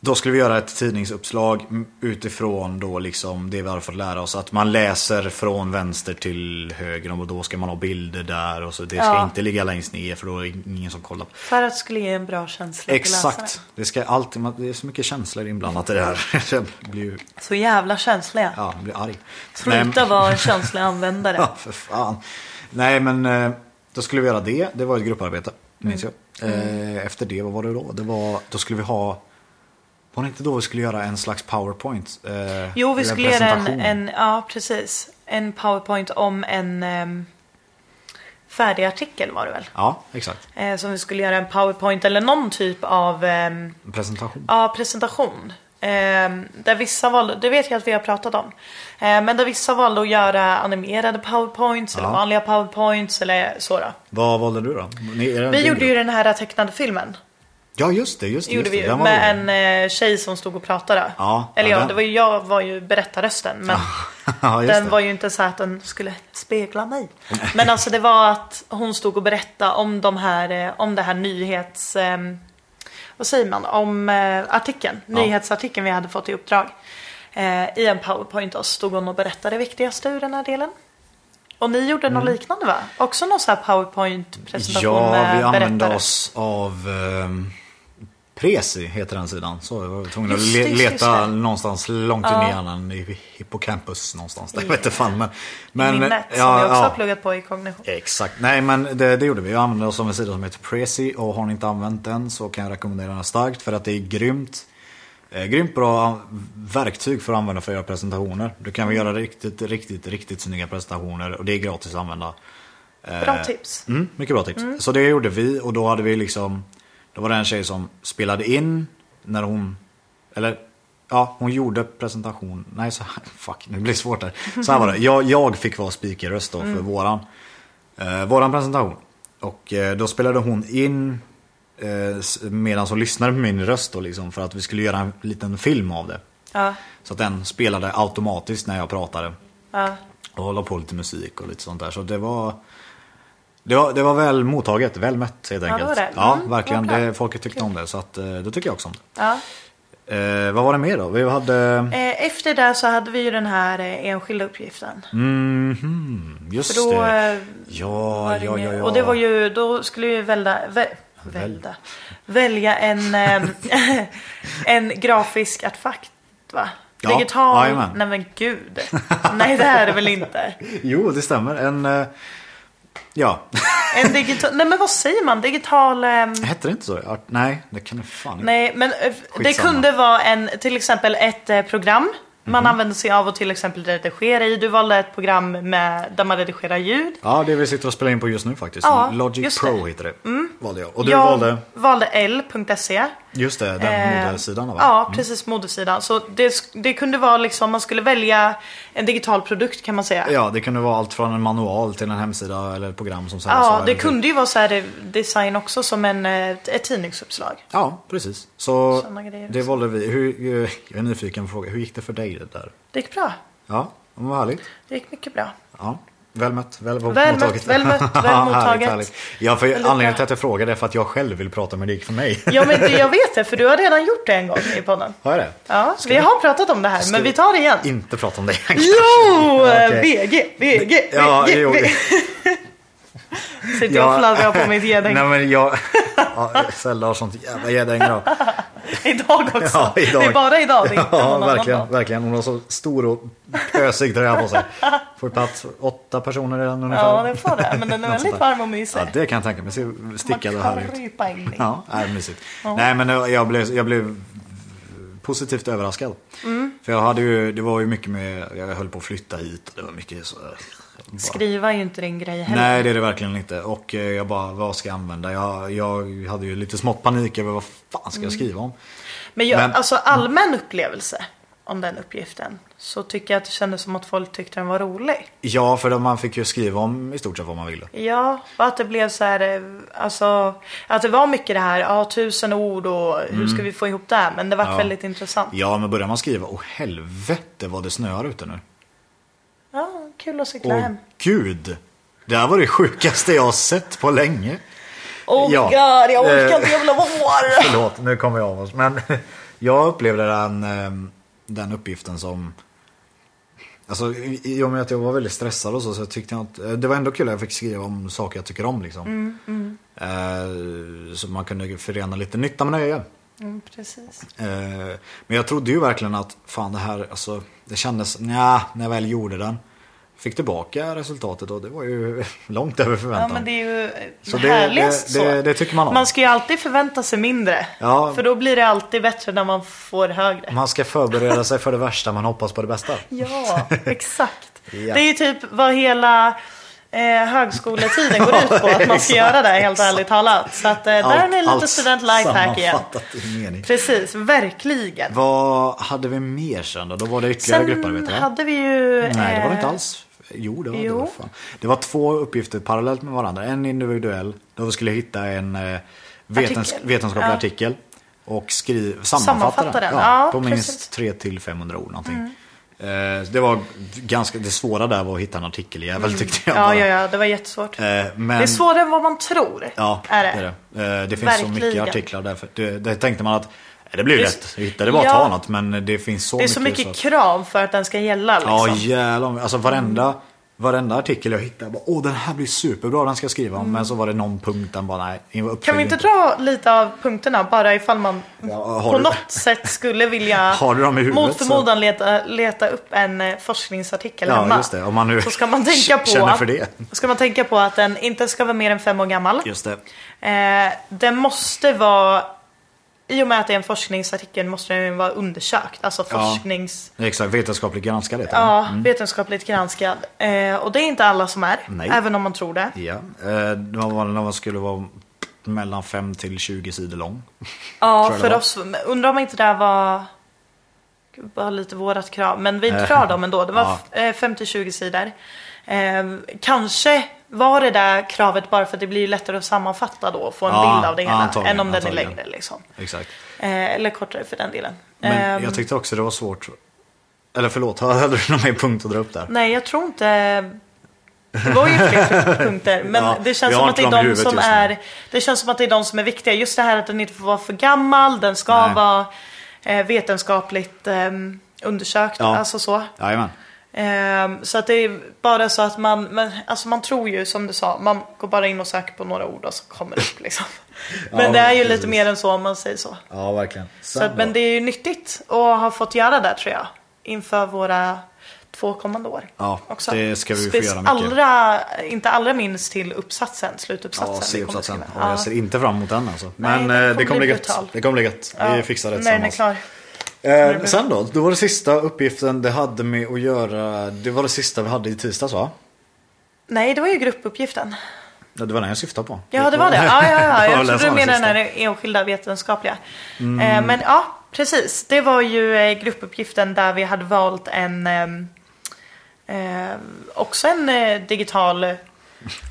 [SPEAKER 2] Då skulle vi göra ett tidningsuppslag m- utifrån då liksom det vi har fått lära oss. Att man läser från vänster till höger och då ska man ha bilder där. Och så det ska
[SPEAKER 1] Ja.
[SPEAKER 2] inte ligga längst ner för då är det ingen som kollar.
[SPEAKER 1] För att det skulle ge en bra känsla till
[SPEAKER 2] Exakt.
[SPEAKER 1] läsaren.
[SPEAKER 2] Det, ska alltid, man- det är så mycket känslor inblandat i det här. Jag blir ju
[SPEAKER 1] Så jävla känsliga.
[SPEAKER 2] ja, jag blir arg. Nej,
[SPEAKER 1] Sluta
[SPEAKER 2] men-
[SPEAKER 1] vara en känslig användare.
[SPEAKER 2] Ja, för fan. Nej, men eh, då skulle vi göra det. Det var ett grupparbete, minns
[SPEAKER 1] Mm.
[SPEAKER 2] jag. Eh, Efter det, vad var det då? Det var, då skulle vi ha... Var det inte då vi skulle göra en slags powerpoint? Eh,
[SPEAKER 1] Jo, vi
[SPEAKER 2] eller
[SPEAKER 1] skulle göra en,
[SPEAKER 2] presentation?
[SPEAKER 1] en, ja precis. En powerpoint om en um, färdig artikel var det väl?
[SPEAKER 2] Ja, exakt.
[SPEAKER 1] Eh, som vi skulle göra en powerpoint eller någon typ av ehm,
[SPEAKER 2] En presentation.
[SPEAKER 1] Ja, presentation. Ehm, där vissa valde, det vet jag att vi har pratat om. Ehm, men där vissa valde att göra animerade powerpoints eller
[SPEAKER 2] Ja.
[SPEAKER 1] vanliga powerpoints eller så då.
[SPEAKER 2] Vad valde du då? Ni, är det
[SPEAKER 1] Vi
[SPEAKER 2] din
[SPEAKER 1] gjorde ju
[SPEAKER 2] grupp?
[SPEAKER 1] den här tecknade filmen.
[SPEAKER 2] Ja, just det. Just det
[SPEAKER 1] gjorde
[SPEAKER 2] just
[SPEAKER 1] vi
[SPEAKER 2] det.
[SPEAKER 1] ju
[SPEAKER 2] Den var
[SPEAKER 1] med
[SPEAKER 2] rolig.
[SPEAKER 1] en eh, tjej som stod och pratade.
[SPEAKER 2] Ja,
[SPEAKER 1] eller
[SPEAKER 2] ja,
[SPEAKER 1] ja,
[SPEAKER 2] den-
[SPEAKER 1] det var ju, jag var ju berättarrösten. Men
[SPEAKER 2] ja, just
[SPEAKER 1] den
[SPEAKER 2] det.
[SPEAKER 1] var ju inte så här att den skulle spegla mig. Men alltså det var att hon stod och berättade om de här, eh, om det här nyhets... ehm, vad säger man? Om eh, artikeln. Nyhetsartikeln vi hade fått i uppdrag. Eh, I en powerpoint och stod hon och berättade det viktigaste ur den här delen. Och ni gjorde något liknande va? Också någon så här powerpoint-presentation
[SPEAKER 2] Mm. Ja,
[SPEAKER 1] med
[SPEAKER 2] vi använde
[SPEAKER 1] berättare.
[SPEAKER 2] oss av... ehm, Presi heter den sidan. Så jag var tvungen att
[SPEAKER 1] Just det,
[SPEAKER 2] le-
[SPEAKER 1] just det, just
[SPEAKER 2] leta
[SPEAKER 1] det.
[SPEAKER 2] någonstans långt in i hjärnan. I hippocampus någonstans. Där, Jag vet inte fan. Men, men, eh,
[SPEAKER 1] Minnet som vi också har pluggat på i kognition.
[SPEAKER 2] Exakt. Nej men det, det gjorde vi. Jag använde oss av en sida som heter Prezi. Och har ni inte använt den så kan jag rekommendera den starkt. För att det är grymt. Eh, grymt bra verktyg för att använda för att göra presentationer. Du kan väl göra riktigt, riktigt, riktigt snygga presentationer. Och det är gratis att använda.
[SPEAKER 1] Bra tips.
[SPEAKER 2] Mm, mycket bra tips. Så det gjorde vi och då hade vi liksom Då var det en tjej som spelade in när hon Eller Ja, hon gjorde presentation Nej, så här, fuck, nu blir det svårt här. Så här var det, jag, jag fick vara speakerröst då för våran eh, Våran presentation. Och eh, då spelade hon in eh, s- Medan hon lyssnade på min röst då liksom för att vi skulle göra en liten film av det.
[SPEAKER 1] Ja,
[SPEAKER 2] Så att den spelade automatiskt när jag pratade.
[SPEAKER 1] ja.
[SPEAKER 2] Och hålla på lite musik och lite sånt där. Så det var... Det var, det var väl mottaget, väl mött helt enkelt.
[SPEAKER 1] var det.
[SPEAKER 2] Ja,
[SPEAKER 1] Mm,
[SPEAKER 2] verkligen.
[SPEAKER 1] vad bra.
[SPEAKER 2] Det, folket tyckte om det, så att, eh, då tycker jag också om det.
[SPEAKER 1] ja.
[SPEAKER 2] Eh, vad var det mer då? Vi hade...
[SPEAKER 1] Eh, Efter det så hade vi ju den här eh, enskilda uppgiften.
[SPEAKER 2] Mhm, Mm. just
[SPEAKER 1] För då,
[SPEAKER 2] det.
[SPEAKER 1] eh,
[SPEAKER 2] Ja,
[SPEAKER 1] var
[SPEAKER 2] ja,
[SPEAKER 1] det
[SPEAKER 2] ja,
[SPEAKER 1] med-
[SPEAKER 2] ja.
[SPEAKER 1] Och det var ju, då skulle vi välja, vä, välja, välja en, ehm, en grafisk artefakt va?
[SPEAKER 2] Ja,
[SPEAKER 1] Digital?
[SPEAKER 2] jajamän.
[SPEAKER 1] Nej men gud. Nej det här är det väl inte.
[SPEAKER 2] Jo, det stämmer. En... Eh, ja,
[SPEAKER 1] En digital, nej men vad säger man? Digital... ehm,
[SPEAKER 2] hette det inte så? Art, nej, det kan det fan inte.
[SPEAKER 1] Nej, men eh, det
[SPEAKER 2] Skitsamma.
[SPEAKER 1] kunde vara en, till exempel ett eh, program Man
[SPEAKER 2] Mhm.
[SPEAKER 1] använder sig av att till exempel redigera i. Du valde ett program med, där man redigerar ljud.
[SPEAKER 2] Ja, det vi sitter och spelar in på just nu faktiskt.
[SPEAKER 1] Ja,
[SPEAKER 2] Logic
[SPEAKER 1] just
[SPEAKER 2] Pro
[SPEAKER 1] det. Mm.
[SPEAKER 2] heter det. Valde jag. Och du
[SPEAKER 1] jag
[SPEAKER 2] valde,
[SPEAKER 1] valde L.se.
[SPEAKER 2] just det,
[SPEAKER 1] Eh,
[SPEAKER 2] den modellsidan va?
[SPEAKER 1] E.
[SPEAKER 2] Mm.
[SPEAKER 1] Ja, precis. Modesidan. Så det, sk- det kunde vara liksom, man skulle välja en digital produkt kan man säga.
[SPEAKER 2] Ja, det kunde vara allt från en manual till en hemsida eller ett program som säljs.
[SPEAKER 1] Ja,
[SPEAKER 2] av
[SPEAKER 1] det
[SPEAKER 2] eller-
[SPEAKER 1] kunde ju vara så här eh, design också som en, eh, ett tidningsuppslag.
[SPEAKER 2] Ja, precis. Så
[SPEAKER 1] Såna grejer
[SPEAKER 2] det
[SPEAKER 1] också.
[SPEAKER 2] valde vi. Hur, eh, jag är nyfiken på fråga. Hur gick det för dig det där?
[SPEAKER 1] Det gick bra.
[SPEAKER 2] Ja, men vad härligt.
[SPEAKER 1] Det gick mycket bra.
[SPEAKER 2] Ja. Väl mött, väl,
[SPEAKER 1] Väl mött,
[SPEAKER 2] mottaget.
[SPEAKER 1] väl mött, väl
[SPEAKER 2] Ja, härligt,
[SPEAKER 1] mottaget.
[SPEAKER 2] härligt. Ja, för
[SPEAKER 1] Väldigt
[SPEAKER 2] anledningen
[SPEAKER 1] bra.
[SPEAKER 2] till att jag frågade är för att jag själv vill prata om hur det gick för mig.
[SPEAKER 1] Ja, men det, jag vet det, för du har redan gjort det en gång i podden.
[SPEAKER 2] Har jag det?
[SPEAKER 1] Ja,
[SPEAKER 2] Ska
[SPEAKER 1] vi
[SPEAKER 2] vi-
[SPEAKER 1] har pratat om det här,
[SPEAKER 2] ska
[SPEAKER 1] men
[SPEAKER 2] vi-
[SPEAKER 1] vi tar det igen.
[SPEAKER 2] Inte prata om det.
[SPEAKER 1] Jo!
[SPEAKER 2] Okej.
[SPEAKER 1] VG, VG,
[SPEAKER 2] Ja,
[SPEAKER 1] VG,
[SPEAKER 2] jo.
[SPEAKER 1] VG. Sitter jag och fladdrar på mitt gäddäng
[SPEAKER 2] Nej men jag... Ja, Sällan har sånt jävla gäddäng idag.
[SPEAKER 1] idag också.
[SPEAKER 2] Ja, idag.
[SPEAKER 1] Det är bara idag, det är inte
[SPEAKER 2] Ja,
[SPEAKER 1] någon
[SPEAKER 2] verkligen,
[SPEAKER 1] annan dag.
[SPEAKER 2] verkligen. Hon har så stor och pösig tröja på sig. Får plats åtta personer i den ungefär.
[SPEAKER 1] Ja, det får det. Men den är
[SPEAKER 2] Något
[SPEAKER 1] väldigt
[SPEAKER 2] sånt där.
[SPEAKER 1] varm och mysig.
[SPEAKER 2] Ja, det kan jag tänka mig. Ser stickad och
[SPEAKER 1] Man
[SPEAKER 2] härlig
[SPEAKER 1] kan
[SPEAKER 2] ut.
[SPEAKER 1] rypa in i.
[SPEAKER 2] Ja, är mysigt. Nej men jag blev, jag blev positivt överraskad.
[SPEAKER 1] Mm.
[SPEAKER 2] För jag hade ju, det var ju mycket med, jag höll på att flytta hit. Det var mycket så... bara-
[SPEAKER 1] Skriva är ju inte din grej heller.
[SPEAKER 2] Nej det är det verkligen inte. Och eh, jag bara, vad ska jag använda? Jag, jag hade ju lite smått panik över vad fan ska jag
[SPEAKER 1] Mm.
[SPEAKER 2] skriva om?
[SPEAKER 1] Men, jag,
[SPEAKER 2] Men-
[SPEAKER 1] alltså allmän upplevelse om den uppgiften. Så tycker jag att det kändes som att folk tyckte den var rolig.
[SPEAKER 2] Ja, för då man fick ju skriva om i stort sett vad man ville.
[SPEAKER 1] Ja, och att det blev så här, eh, alltså att det var mycket det här, ja tusen ord och hur ska vi få ihop det här? Men det var
[SPEAKER 2] Mm. Ja.
[SPEAKER 1] väldigt intressant.
[SPEAKER 2] Ja, men börjar man skriva, åh helvete vad det snöar ute nu.
[SPEAKER 1] Ja, kul att cykla
[SPEAKER 2] Åh
[SPEAKER 1] hem.
[SPEAKER 2] gud! Det här var det sjukaste jag har sett på länge.
[SPEAKER 1] Oh my
[SPEAKER 2] ja.
[SPEAKER 1] god, jag orkar
[SPEAKER 2] Eh.
[SPEAKER 1] inte, jag vill ha vår!
[SPEAKER 2] Förlåt, nu kommer jag av oss. Men jag upplevde den, eh, den uppgiften som... Alltså, i i och med att jag var väldigt stressad och så, så tyckte jag att... eh, Det var ändå kul att jag fick skriva om saker jag tycker om liksom. Eh, Så man kunde förena lite nytta med nöje.
[SPEAKER 1] Mm, precis.
[SPEAKER 2] Eh, Men jag trodde ju verkligen att fan det här, alltså det kändes, nja, när jag väl gjorde den. Fick tillbaka resultatet och det var ju långt över
[SPEAKER 1] Ja
[SPEAKER 2] förväntan.
[SPEAKER 1] men det är ju
[SPEAKER 2] Så
[SPEAKER 1] så
[SPEAKER 2] det-
[SPEAKER 1] härligast
[SPEAKER 2] det- det-
[SPEAKER 1] så.
[SPEAKER 2] det tycker man om.
[SPEAKER 1] Man ska ju alltid förvänta sig mindre.
[SPEAKER 2] Ja.
[SPEAKER 1] För då blir det alltid bättre när man får högre.
[SPEAKER 2] Man ska förbereda sig för det värsta man hoppas på det bästa.
[SPEAKER 1] Ja, exakt.
[SPEAKER 2] Ja.
[SPEAKER 1] Det är ju typ vad hela eh, högskoletiden går ut på. Att man ska
[SPEAKER 2] Exakt,
[SPEAKER 1] göra det helt
[SPEAKER 2] exakt.
[SPEAKER 1] ärligt talat. Så att eh, där är det lite student lifehack igen.
[SPEAKER 2] sammanfattat i mening.
[SPEAKER 1] Precis, verkligen.
[SPEAKER 2] Vad hade vi mer sen då? Då var det ytterligare grupparbete va?
[SPEAKER 1] hade vi ju...
[SPEAKER 2] Nej det var det inte
[SPEAKER 1] eh,
[SPEAKER 2] alls. Jo det var det.
[SPEAKER 1] jo.
[SPEAKER 2] Var fan. Det var två uppgifter parallellt med varandra. En individuell där vi skulle hitta en eh, vetens-
[SPEAKER 1] Artikel.
[SPEAKER 2] vetenskaplig
[SPEAKER 1] Ja.
[SPEAKER 2] artikel. Och skriv, sammanfatta,
[SPEAKER 1] Sammanfatta
[SPEAKER 2] den.
[SPEAKER 1] den. Ja,
[SPEAKER 2] på
[SPEAKER 1] precis. Mm.
[SPEAKER 2] minst 3 till 500 ord någonting. Eh, det var ganska, det svåra där var att hitta en artikeljävel tyckte jag.
[SPEAKER 1] Ja,
[SPEAKER 2] bara.
[SPEAKER 1] ja, ja, det var jättesvårt.
[SPEAKER 2] Eh, men...
[SPEAKER 1] Det är svårare än vad man tror.
[SPEAKER 2] Ja,
[SPEAKER 1] är det.
[SPEAKER 2] det. Eh, Det finns så mycket
[SPEAKER 1] Verkligen.
[SPEAKER 2] artiklar därför. Det, det tänkte man att eh, det blir ju
[SPEAKER 1] Det är
[SPEAKER 2] rätt. Vi hittade bara
[SPEAKER 1] ja.
[SPEAKER 2] ta något men det finns så
[SPEAKER 1] Det är
[SPEAKER 2] mycket.
[SPEAKER 1] så mycket
[SPEAKER 2] att-
[SPEAKER 1] krav för att den ska gälla. Liksom. Mm.
[SPEAKER 2] Ja jävlar. Alltså varenda, varenda artikel jag hittar. jag Bara, Åh den här blir superbra den ska jag skriva om. Men så var det någon punkt den bara nej. den uppfyller
[SPEAKER 1] Mm. Kan vi inte dra lite av punkterna bara ifall man
[SPEAKER 2] Ja, har
[SPEAKER 1] på
[SPEAKER 2] du-
[SPEAKER 1] något sätt skulle vilja
[SPEAKER 2] Har du dem i huvudet,
[SPEAKER 1] mot förmodan leta, leta upp en eh, forskningsartikel
[SPEAKER 2] Ja
[SPEAKER 1] hemma.
[SPEAKER 2] just det. Om man nu
[SPEAKER 1] Så ska man tänka på
[SPEAKER 2] känner
[SPEAKER 1] att,
[SPEAKER 2] för det.
[SPEAKER 1] ska man tänka på att den inte ska vara mer än fem år gammal.
[SPEAKER 2] Just det.
[SPEAKER 1] Eh, den måste vara, i och med att det är en forskningsartikel måste den vara undersökt. Alltså
[SPEAKER 2] Ja. Mm.
[SPEAKER 1] forsknings...
[SPEAKER 2] Exakt, vetenskapligt granskad heter
[SPEAKER 1] Ja, vetenskapligt granskad. Eh, och det är inte alla som är,
[SPEAKER 2] Nej.
[SPEAKER 1] även om man tror det.
[SPEAKER 2] den. Ja. Eh, Det var när man skulle vara mellan 5 till 20 sidor lång.
[SPEAKER 1] Ja,
[SPEAKER 2] tror jag det
[SPEAKER 1] för
[SPEAKER 2] var.
[SPEAKER 1] oss. men Undrar om inte det här var... Gud, var lite vårat krav. Men vi
[SPEAKER 2] Eh,
[SPEAKER 1] drar dem ändå. Det var
[SPEAKER 2] ja.
[SPEAKER 1] eh, 50-20 sidor. Eh, kanske var det där kravet bara för att det blir ju lättare att sammanfatta då och få en
[SPEAKER 2] Ja,
[SPEAKER 1] bild av det
[SPEAKER 2] ja,
[SPEAKER 1] hela.
[SPEAKER 2] antagligen,
[SPEAKER 1] än om den
[SPEAKER 2] antagligen.
[SPEAKER 1] är längre liksom.
[SPEAKER 2] Exakt.
[SPEAKER 1] Eh, eller kortare för den delen.
[SPEAKER 2] Men
[SPEAKER 1] Ehm,
[SPEAKER 2] jag tyckte också det var svårt. Eller förlåt, hade du någon mer punkt att dra upp där?
[SPEAKER 1] Nej, jag tror inte... Det var ju fler punkter, men
[SPEAKER 2] Ja,
[SPEAKER 1] det
[SPEAKER 2] jag
[SPEAKER 1] känns
[SPEAKER 2] har
[SPEAKER 1] som att
[SPEAKER 2] inte
[SPEAKER 1] det är
[SPEAKER 2] dem i
[SPEAKER 1] de
[SPEAKER 2] huvudet
[SPEAKER 1] som
[SPEAKER 2] just nu.
[SPEAKER 1] är... Det känns som att det är de som är viktiga. Just det här att den inte får vara för gammal, den ska
[SPEAKER 2] Nej.
[SPEAKER 1] vara eh, vetenskapligt eh, undersökt,
[SPEAKER 2] Ja.
[SPEAKER 1] alltså så.
[SPEAKER 2] Jajamän.
[SPEAKER 1] Ehm, så att det är bara så att man, men, alltså man tror ju som du sa, man går bara in och söker på några ord och så kommer det upp liksom. Men
[SPEAKER 2] Ja,
[SPEAKER 1] det är ju
[SPEAKER 2] precis.
[SPEAKER 1] lite mer än så om man säger så.
[SPEAKER 2] Ja, verkligen.
[SPEAKER 1] så att, men det är ju nyttigt att ha fått göra det tror jag. Inför våra två kommande år.
[SPEAKER 2] Ja,
[SPEAKER 1] också.
[SPEAKER 2] det ska vi ju få
[SPEAKER 1] Spec-
[SPEAKER 2] göra mycket.
[SPEAKER 1] Allra, inte allra minst till uppsatsen, slutuppsatsen.
[SPEAKER 2] Ja,
[SPEAKER 1] vi kommer
[SPEAKER 2] C-uppsatsen.
[SPEAKER 1] skriva.
[SPEAKER 2] Ja. Jag ser inte fram emot den alltså.
[SPEAKER 1] Nej,
[SPEAKER 2] Men
[SPEAKER 1] den
[SPEAKER 2] eh, det
[SPEAKER 1] kommer
[SPEAKER 2] kommer
[SPEAKER 1] bli
[SPEAKER 2] bli gött.
[SPEAKER 1] brutal.
[SPEAKER 2] Det kommer bli gött.
[SPEAKER 1] Ja.
[SPEAKER 2] Vi fixar det
[SPEAKER 1] När den är
[SPEAKER 2] tillsammans.
[SPEAKER 1] klar.
[SPEAKER 2] Eh, sen då, då var det sista uppgiften det hade med att göra, det var det sista vi hade i tisdags va?
[SPEAKER 1] Nej, det var ju gruppuppgiften.
[SPEAKER 2] Ja, det var den jag syftade på.
[SPEAKER 1] Ja, det var det. Ja, ja, ja.
[SPEAKER 2] Det var
[SPEAKER 1] Jag
[SPEAKER 2] den
[SPEAKER 1] trodde du
[SPEAKER 2] som var
[SPEAKER 1] menade den
[SPEAKER 2] sista. Mm.
[SPEAKER 1] här enskilda vetenskapliga. Eh, Men ja, precis. Det var ju eh, gruppuppgiften där vi hade valt en ehm, eh, också en eh, digital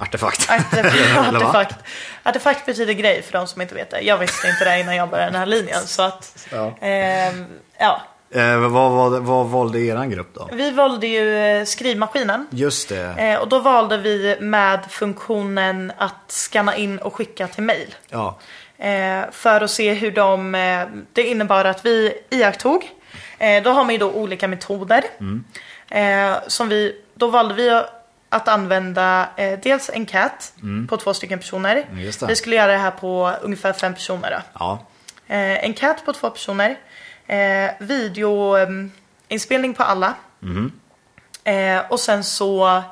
[SPEAKER 2] Artefakt.
[SPEAKER 1] artefakt.
[SPEAKER 2] Eller vad?
[SPEAKER 1] artefakt. Artefakt betyder grej för de som inte vet det. Jag visste inte det innan jag började den här linjen. Så att,
[SPEAKER 2] Ja.
[SPEAKER 1] ehm, ja.
[SPEAKER 2] Eh, vad, vad, vad valde eran grupp då?
[SPEAKER 1] Vi valde ju eh, skrivmaskinen.
[SPEAKER 2] Just det.
[SPEAKER 1] Eh, Och då valde vi med funktionen att scanna in och skicka till mail.
[SPEAKER 2] Ja.
[SPEAKER 1] Eh, för att se hur de, eh, det innebar att vi iakttog. Eh, då har man ju då olika metoder.
[SPEAKER 2] Mm.
[SPEAKER 1] Eh, som vi, då valde vi att använda eh, dels en cat på två stycken personer.
[SPEAKER 2] Mm, just det.
[SPEAKER 1] Vi skulle göra det här på ungefär fem personer. Då.
[SPEAKER 2] Ja.
[SPEAKER 1] Eh, en cat på två personer. Eh, Videoinspelning på alla.
[SPEAKER 2] Mhm.
[SPEAKER 1] Eh, och sen så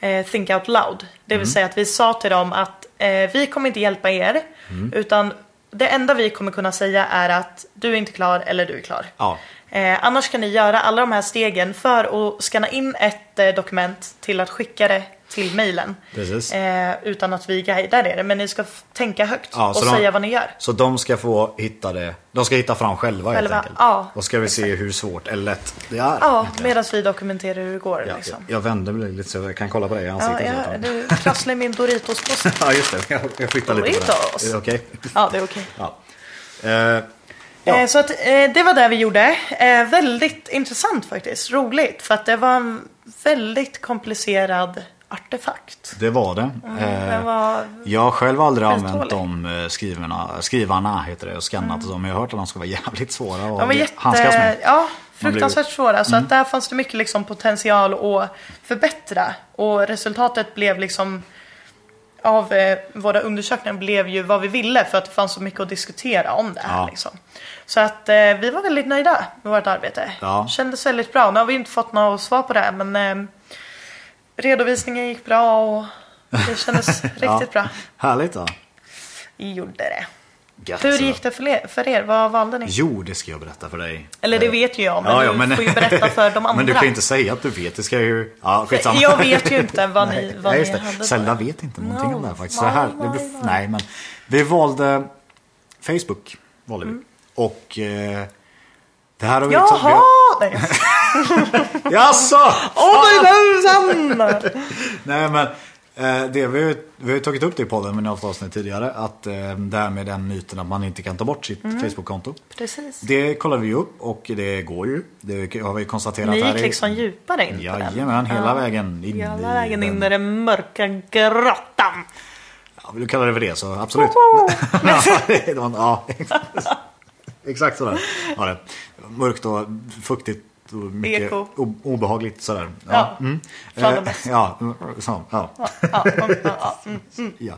[SPEAKER 1] eh, think out loud. Det
[SPEAKER 2] Mm.
[SPEAKER 1] vill säga att vi sa till dem att eh, vi kommer inte hjälpa er.
[SPEAKER 2] Mm.
[SPEAKER 1] Utan det enda vi kommer kunna säga är att du är inte klar eller du är klar.
[SPEAKER 2] Ja.
[SPEAKER 1] Eh, annars kan ni göra alla de här stegen för att scanna in ett eh, dokument till att skicka det till mejlen.
[SPEAKER 2] Precis.
[SPEAKER 1] Eh, utan att vi guidar er. Men ni ska f- tänka högt
[SPEAKER 2] Ja,
[SPEAKER 1] och
[SPEAKER 2] så de-
[SPEAKER 1] säga vad ni gör.
[SPEAKER 2] Så de ska få hitta det. De ska hitta fram själva,
[SPEAKER 1] Själva,
[SPEAKER 2] helt enkelt.
[SPEAKER 1] ja.
[SPEAKER 2] Och ska vi se hur svårt eller lätt det är.
[SPEAKER 1] Ja,
[SPEAKER 2] egentligen.
[SPEAKER 1] medan vi dokumenterar hur det går.
[SPEAKER 2] Ja,
[SPEAKER 1] liksom.
[SPEAKER 2] jag, jag vänder mig lite så jag kan kolla på dig i
[SPEAKER 1] Ja,
[SPEAKER 2] ansiktet. så
[SPEAKER 1] jag,
[SPEAKER 2] att-
[SPEAKER 1] du krasslar i min Doritos-påse.
[SPEAKER 2] ja just det. Jag, jag flyttar lite på
[SPEAKER 1] Doritos.
[SPEAKER 2] det. Är det Okej.
[SPEAKER 1] Ja, det är okej.
[SPEAKER 2] Ja. Eh, Ja.
[SPEAKER 1] Eh, Så att, eh, det var det vi gjorde. Eh, väldigt intressant faktiskt. Roligt. För att det var en väldigt komplicerad artefakt.
[SPEAKER 2] det var det. Eh,
[SPEAKER 1] Den var...
[SPEAKER 2] Jag har själv aldrig
[SPEAKER 1] Skitdålig.
[SPEAKER 2] använt de eh, skrivarna, skrivarna heter det, och skannat och så, men jag har hört att de ska vara jävligt svåra att
[SPEAKER 1] Mm. De var
[SPEAKER 2] handskas
[SPEAKER 1] jätte...
[SPEAKER 2] med.
[SPEAKER 1] Ja,
[SPEAKER 2] Man blir- Mm.
[SPEAKER 1] fruktansvärt svåra. Så att där fanns det mycket liksom potential att förbättra. Och resultatet blev liksom av eh, våra undersökningar blev ju vad vi ville för att det fanns så mycket att diskutera om det här.
[SPEAKER 2] Ja.
[SPEAKER 1] Liksom. Så att eh, vi var väldigt nöjda med vårt arbete.
[SPEAKER 2] Ja.
[SPEAKER 1] Kändes väldigt bra. Nu har vi inte fått några svar på det här, men eh, redovisningen gick bra och det kändes riktigt bra.
[SPEAKER 2] Härligt då.
[SPEAKER 1] Gjorde det.
[SPEAKER 2] Gött,
[SPEAKER 1] Hur
[SPEAKER 2] så.
[SPEAKER 1] gick det för er? För er? Vad valde ni?
[SPEAKER 2] Jo, det ska jag berätta för dig.
[SPEAKER 1] Eller det
[SPEAKER 2] Eh,
[SPEAKER 1] vet ju jag, men du får ju berätta för de andra.
[SPEAKER 2] Men du kan ju inte säga att du vet, det ska ju... Ja, skitsamma.
[SPEAKER 1] Jag vet ju inte vad ni, vad
[SPEAKER 2] Nej,
[SPEAKER 1] ni
[SPEAKER 2] just
[SPEAKER 1] hade.
[SPEAKER 2] det.
[SPEAKER 1] då.
[SPEAKER 2] Zelda vet inte någonting
[SPEAKER 1] No.
[SPEAKER 2] om det här faktiskt.
[SPEAKER 1] Nej,
[SPEAKER 2] så här, det
[SPEAKER 1] nej,
[SPEAKER 2] blir,
[SPEAKER 1] nej.
[SPEAKER 2] nej, men vi valde Facebook. Valde vi. Och eh, det här har vi liksom...
[SPEAKER 1] Mm. Jaha!
[SPEAKER 2] vi har-
[SPEAKER 1] Nej.
[SPEAKER 2] Jaså!
[SPEAKER 1] Åh, vad är det sen?
[SPEAKER 2] Nej men eh, det, vi, har ju- vi har ju tagit upp det i podden med något avsnitt tidigare. Att eh, det här med den myten att man inte kan ta bort sitt
[SPEAKER 1] Mm.
[SPEAKER 2] Facebook-konto.
[SPEAKER 1] Precis.
[SPEAKER 2] Det kollar vi ju upp och det går ju. Det har vi konstaterat
[SPEAKER 1] Ni
[SPEAKER 2] här
[SPEAKER 1] gick
[SPEAKER 2] i-
[SPEAKER 1] liksom djupare in på
[SPEAKER 2] Jajamän, hela
[SPEAKER 1] Ja.
[SPEAKER 2] vägen in
[SPEAKER 1] Hela
[SPEAKER 2] i
[SPEAKER 1] vägen in i
[SPEAKER 2] den.
[SPEAKER 1] den mörka grottan.
[SPEAKER 2] Ja, vill du kalla det för det så absolut. ja, det var, ja, exakt sådär. Ja, det. Mörkt och fuktigt och mycket
[SPEAKER 1] Eko.
[SPEAKER 2] o- obehagligt sådär.
[SPEAKER 1] Ja,
[SPEAKER 2] mm.
[SPEAKER 1] fan vad
[SPEAKER 2] Eh,
[SPEAKER 1] bäst.
[SPEAKER 2] ja, så, ja.
[SPEAKER 1] Ja, ja, ja, ja, mm.
[SPEAKER 2] Ja.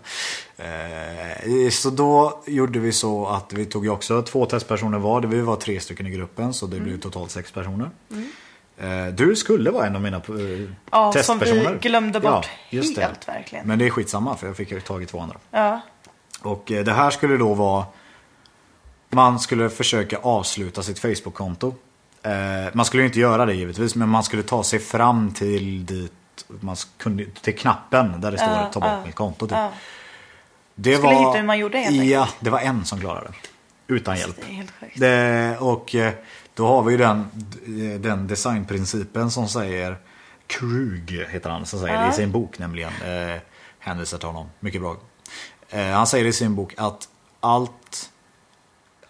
[SPEAKER 2] Eh, Så då gjorde vi så att vi tog ju också två testpersoner var. Det Vi var tre stycken i gruppen så det
[SPEAKER 1] Mm.
[SPEAKER 2] blev totalt sex personer. Eh, Du skulle vara en av mina eh,
[SPEAKER 1] Ja, som
[SPEAKER 2] testpersoner.
[SPEAKER 1] vi glömde bort
[SPEAKER 2] just det.
[SPEAKER 1] helt verkligen.
[SPEAKER 2] Men det är skitsamma för jag fick ju tag i två andra.
[SPEAKER 1] ja.
[SPEAKER 2] Och eh, det här skulle då vara... Man skulle försöka avsluta sitt Facebook-konto. Eh, Man skulle ju inte göra det givetvis, men man skulle ta sig fram till dit man s- kunde, till knappen där det står
[SPEAKER 1] Ja,
[SPEAKER 2] ta bort
[SPEAKER 1] ja,
[SPEAKER 2] mitt konto. Typ.
[SPEAKER 1] ja.
[SPEAKER 2] Det
[SPEAKER 1] Skulle hitta hur man gjorde, helt enkelt.
[SPEAKER 2] Ja, det var en som klarade det. Utan hjälp.
[SPEAKER 1] Det är helt sjukt.
[SPEAKER 2] Det, och eh, då har vi ju den, eh, den designprincipen som säger Krug heter han som säger det
[SPEAKER 1] Ja.
[SPEAKER 2] i sin bok nämligen. Eh, hänvisar till honom. Mycket bra. Eh, han säger i sin bok att allt,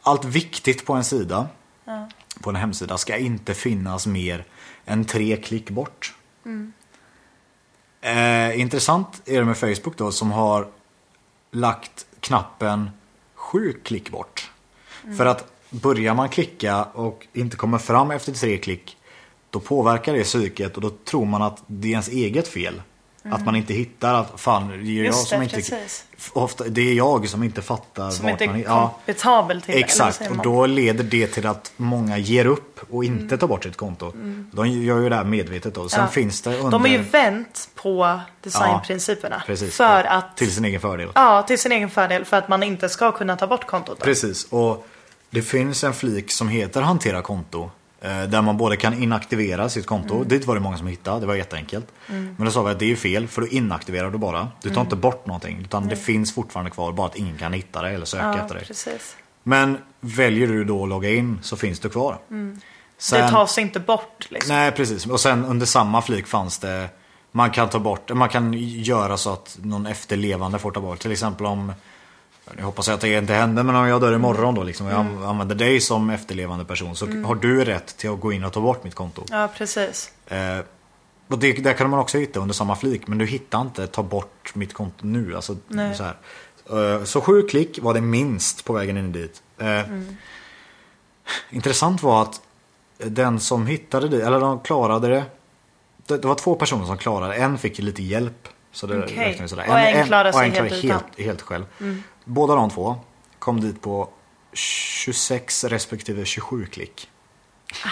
[SPEAKER 2] allt viktigt på en sida, på en hemsida, ska inte finnas mer än tre klick bort. Eh, intressant är det med Facebook då som har lagt knappen sju klick bort.
[SPEAKER 1] Mm.
[SPEAKER 2] För att börjar man klicka och inte kommer fram efter tre klick då påverkar det psyket och då tror man att det är ens eget fel. Att man inte hittar att fan, det är ju jag
[SPEAKER 1] Mm. Just
[SPEAKER 2] som
[SPEAKER 1] det,
[SPEAKER 2] inte...
[SPEAKER 1] precis.
[SPEAKER 2] Ofta, det är jag som inte fattar
[SPEAKER 1] Som inte
[SPEAKER 2] man...
[SPEAKER 1] är
[SPEAKER 2] Ja,
[SPEAKER 1] kompetabel till det. eller vad
[SPEAKER 2] exakt.
[SPEAKER 1] säger
[SPEAKER 2] Och
[SPEAKER 1] man? Mm.
[SPEAKER 2] då leder det till att många ger upp och inte tar bort sitt konto. De gör ju det här medvetet då. Sen
[SPEAKER 1] Ja.
[SPEAKER 2] finns det under...
[SPEAKER 1] De har ju vänt på designprinciperna.
[SPEAKER 2] Ja, precis.
[SPEAKER 1] för att...
[SPEAKER 2] Till sin egen fördel.
[SPEAKER 1] Ja, till sin egen fördel. För att man inte ska kunna ta bort kontot. då.
[SPEAKER 2] Precis, och Det finns en flik som heter hantera konto. eh, Där man både kan inaktivera sitt konto.
[SPEAKER 1] Mm.
[SPEAKER 2] Dit var det många som hittade. Det var jätteenkelt. Men då sa vi att det är ju fel. För då inaktiverar du bara. Du
[SPEAKER 1] Mm.
[SPEAKER 2] tar inte bort någonting. Utan det finns fortfarande kvar. Bara att ingen kan hitta det eller söka
[SPEAKER 1] Ja,
[SPEAKER 2] efter det.
[SPEAKER 1] precis.
[SPEAKER 2] Men väljer du då att logga in så finns du kvar.
[SPEAKER 1] Det
[SPEAKER 2] Sen-
[SPEAKER 1] tas inte bort liksom.
[SPEAKER 2] Nej precis. Och sen under samma flik fanns det man kan ta bort, man kan göra så att någon efterlevande får ta bort. Till exempel om, jag hoppas att det inte händer, men om jag dör imorgon då liksom, och jag använder dig som efterlevande person så har du rätt till att gå in och ta bort mitt konto.
[SPEAKER 1] Ja, precis.
[SPEAKER 2] Eh, och det, där kan man också hitta under samma flik, men du hittar inte ta bort mitt konto nu. Alltså,
[SPEAKER 1] Nej.
[SPEAKER 2] så, här. Eh, så sju klick var det minst på vägen in dit. Eh,
[SPEAKER 1] Mm.
[SPEAKER 2] Intressant var att den som hittade det, eller de klarade det. Det, det var två personer som klarade En fick lite hjälp. Så det
[SPEAKER 1] Okej.
[SPEAKER 2] räknas sådär.
[SPEAKER 1] Och en klarade
[SPEAKER 2] och
[SPEAKER 1] sig
[SPEAKER 2] en klarade
[SPEAKER 1] helt Mm.
[SPEAKER 2] helt, helt själv. Båda de två kom dit på 26 respektive 27 klick.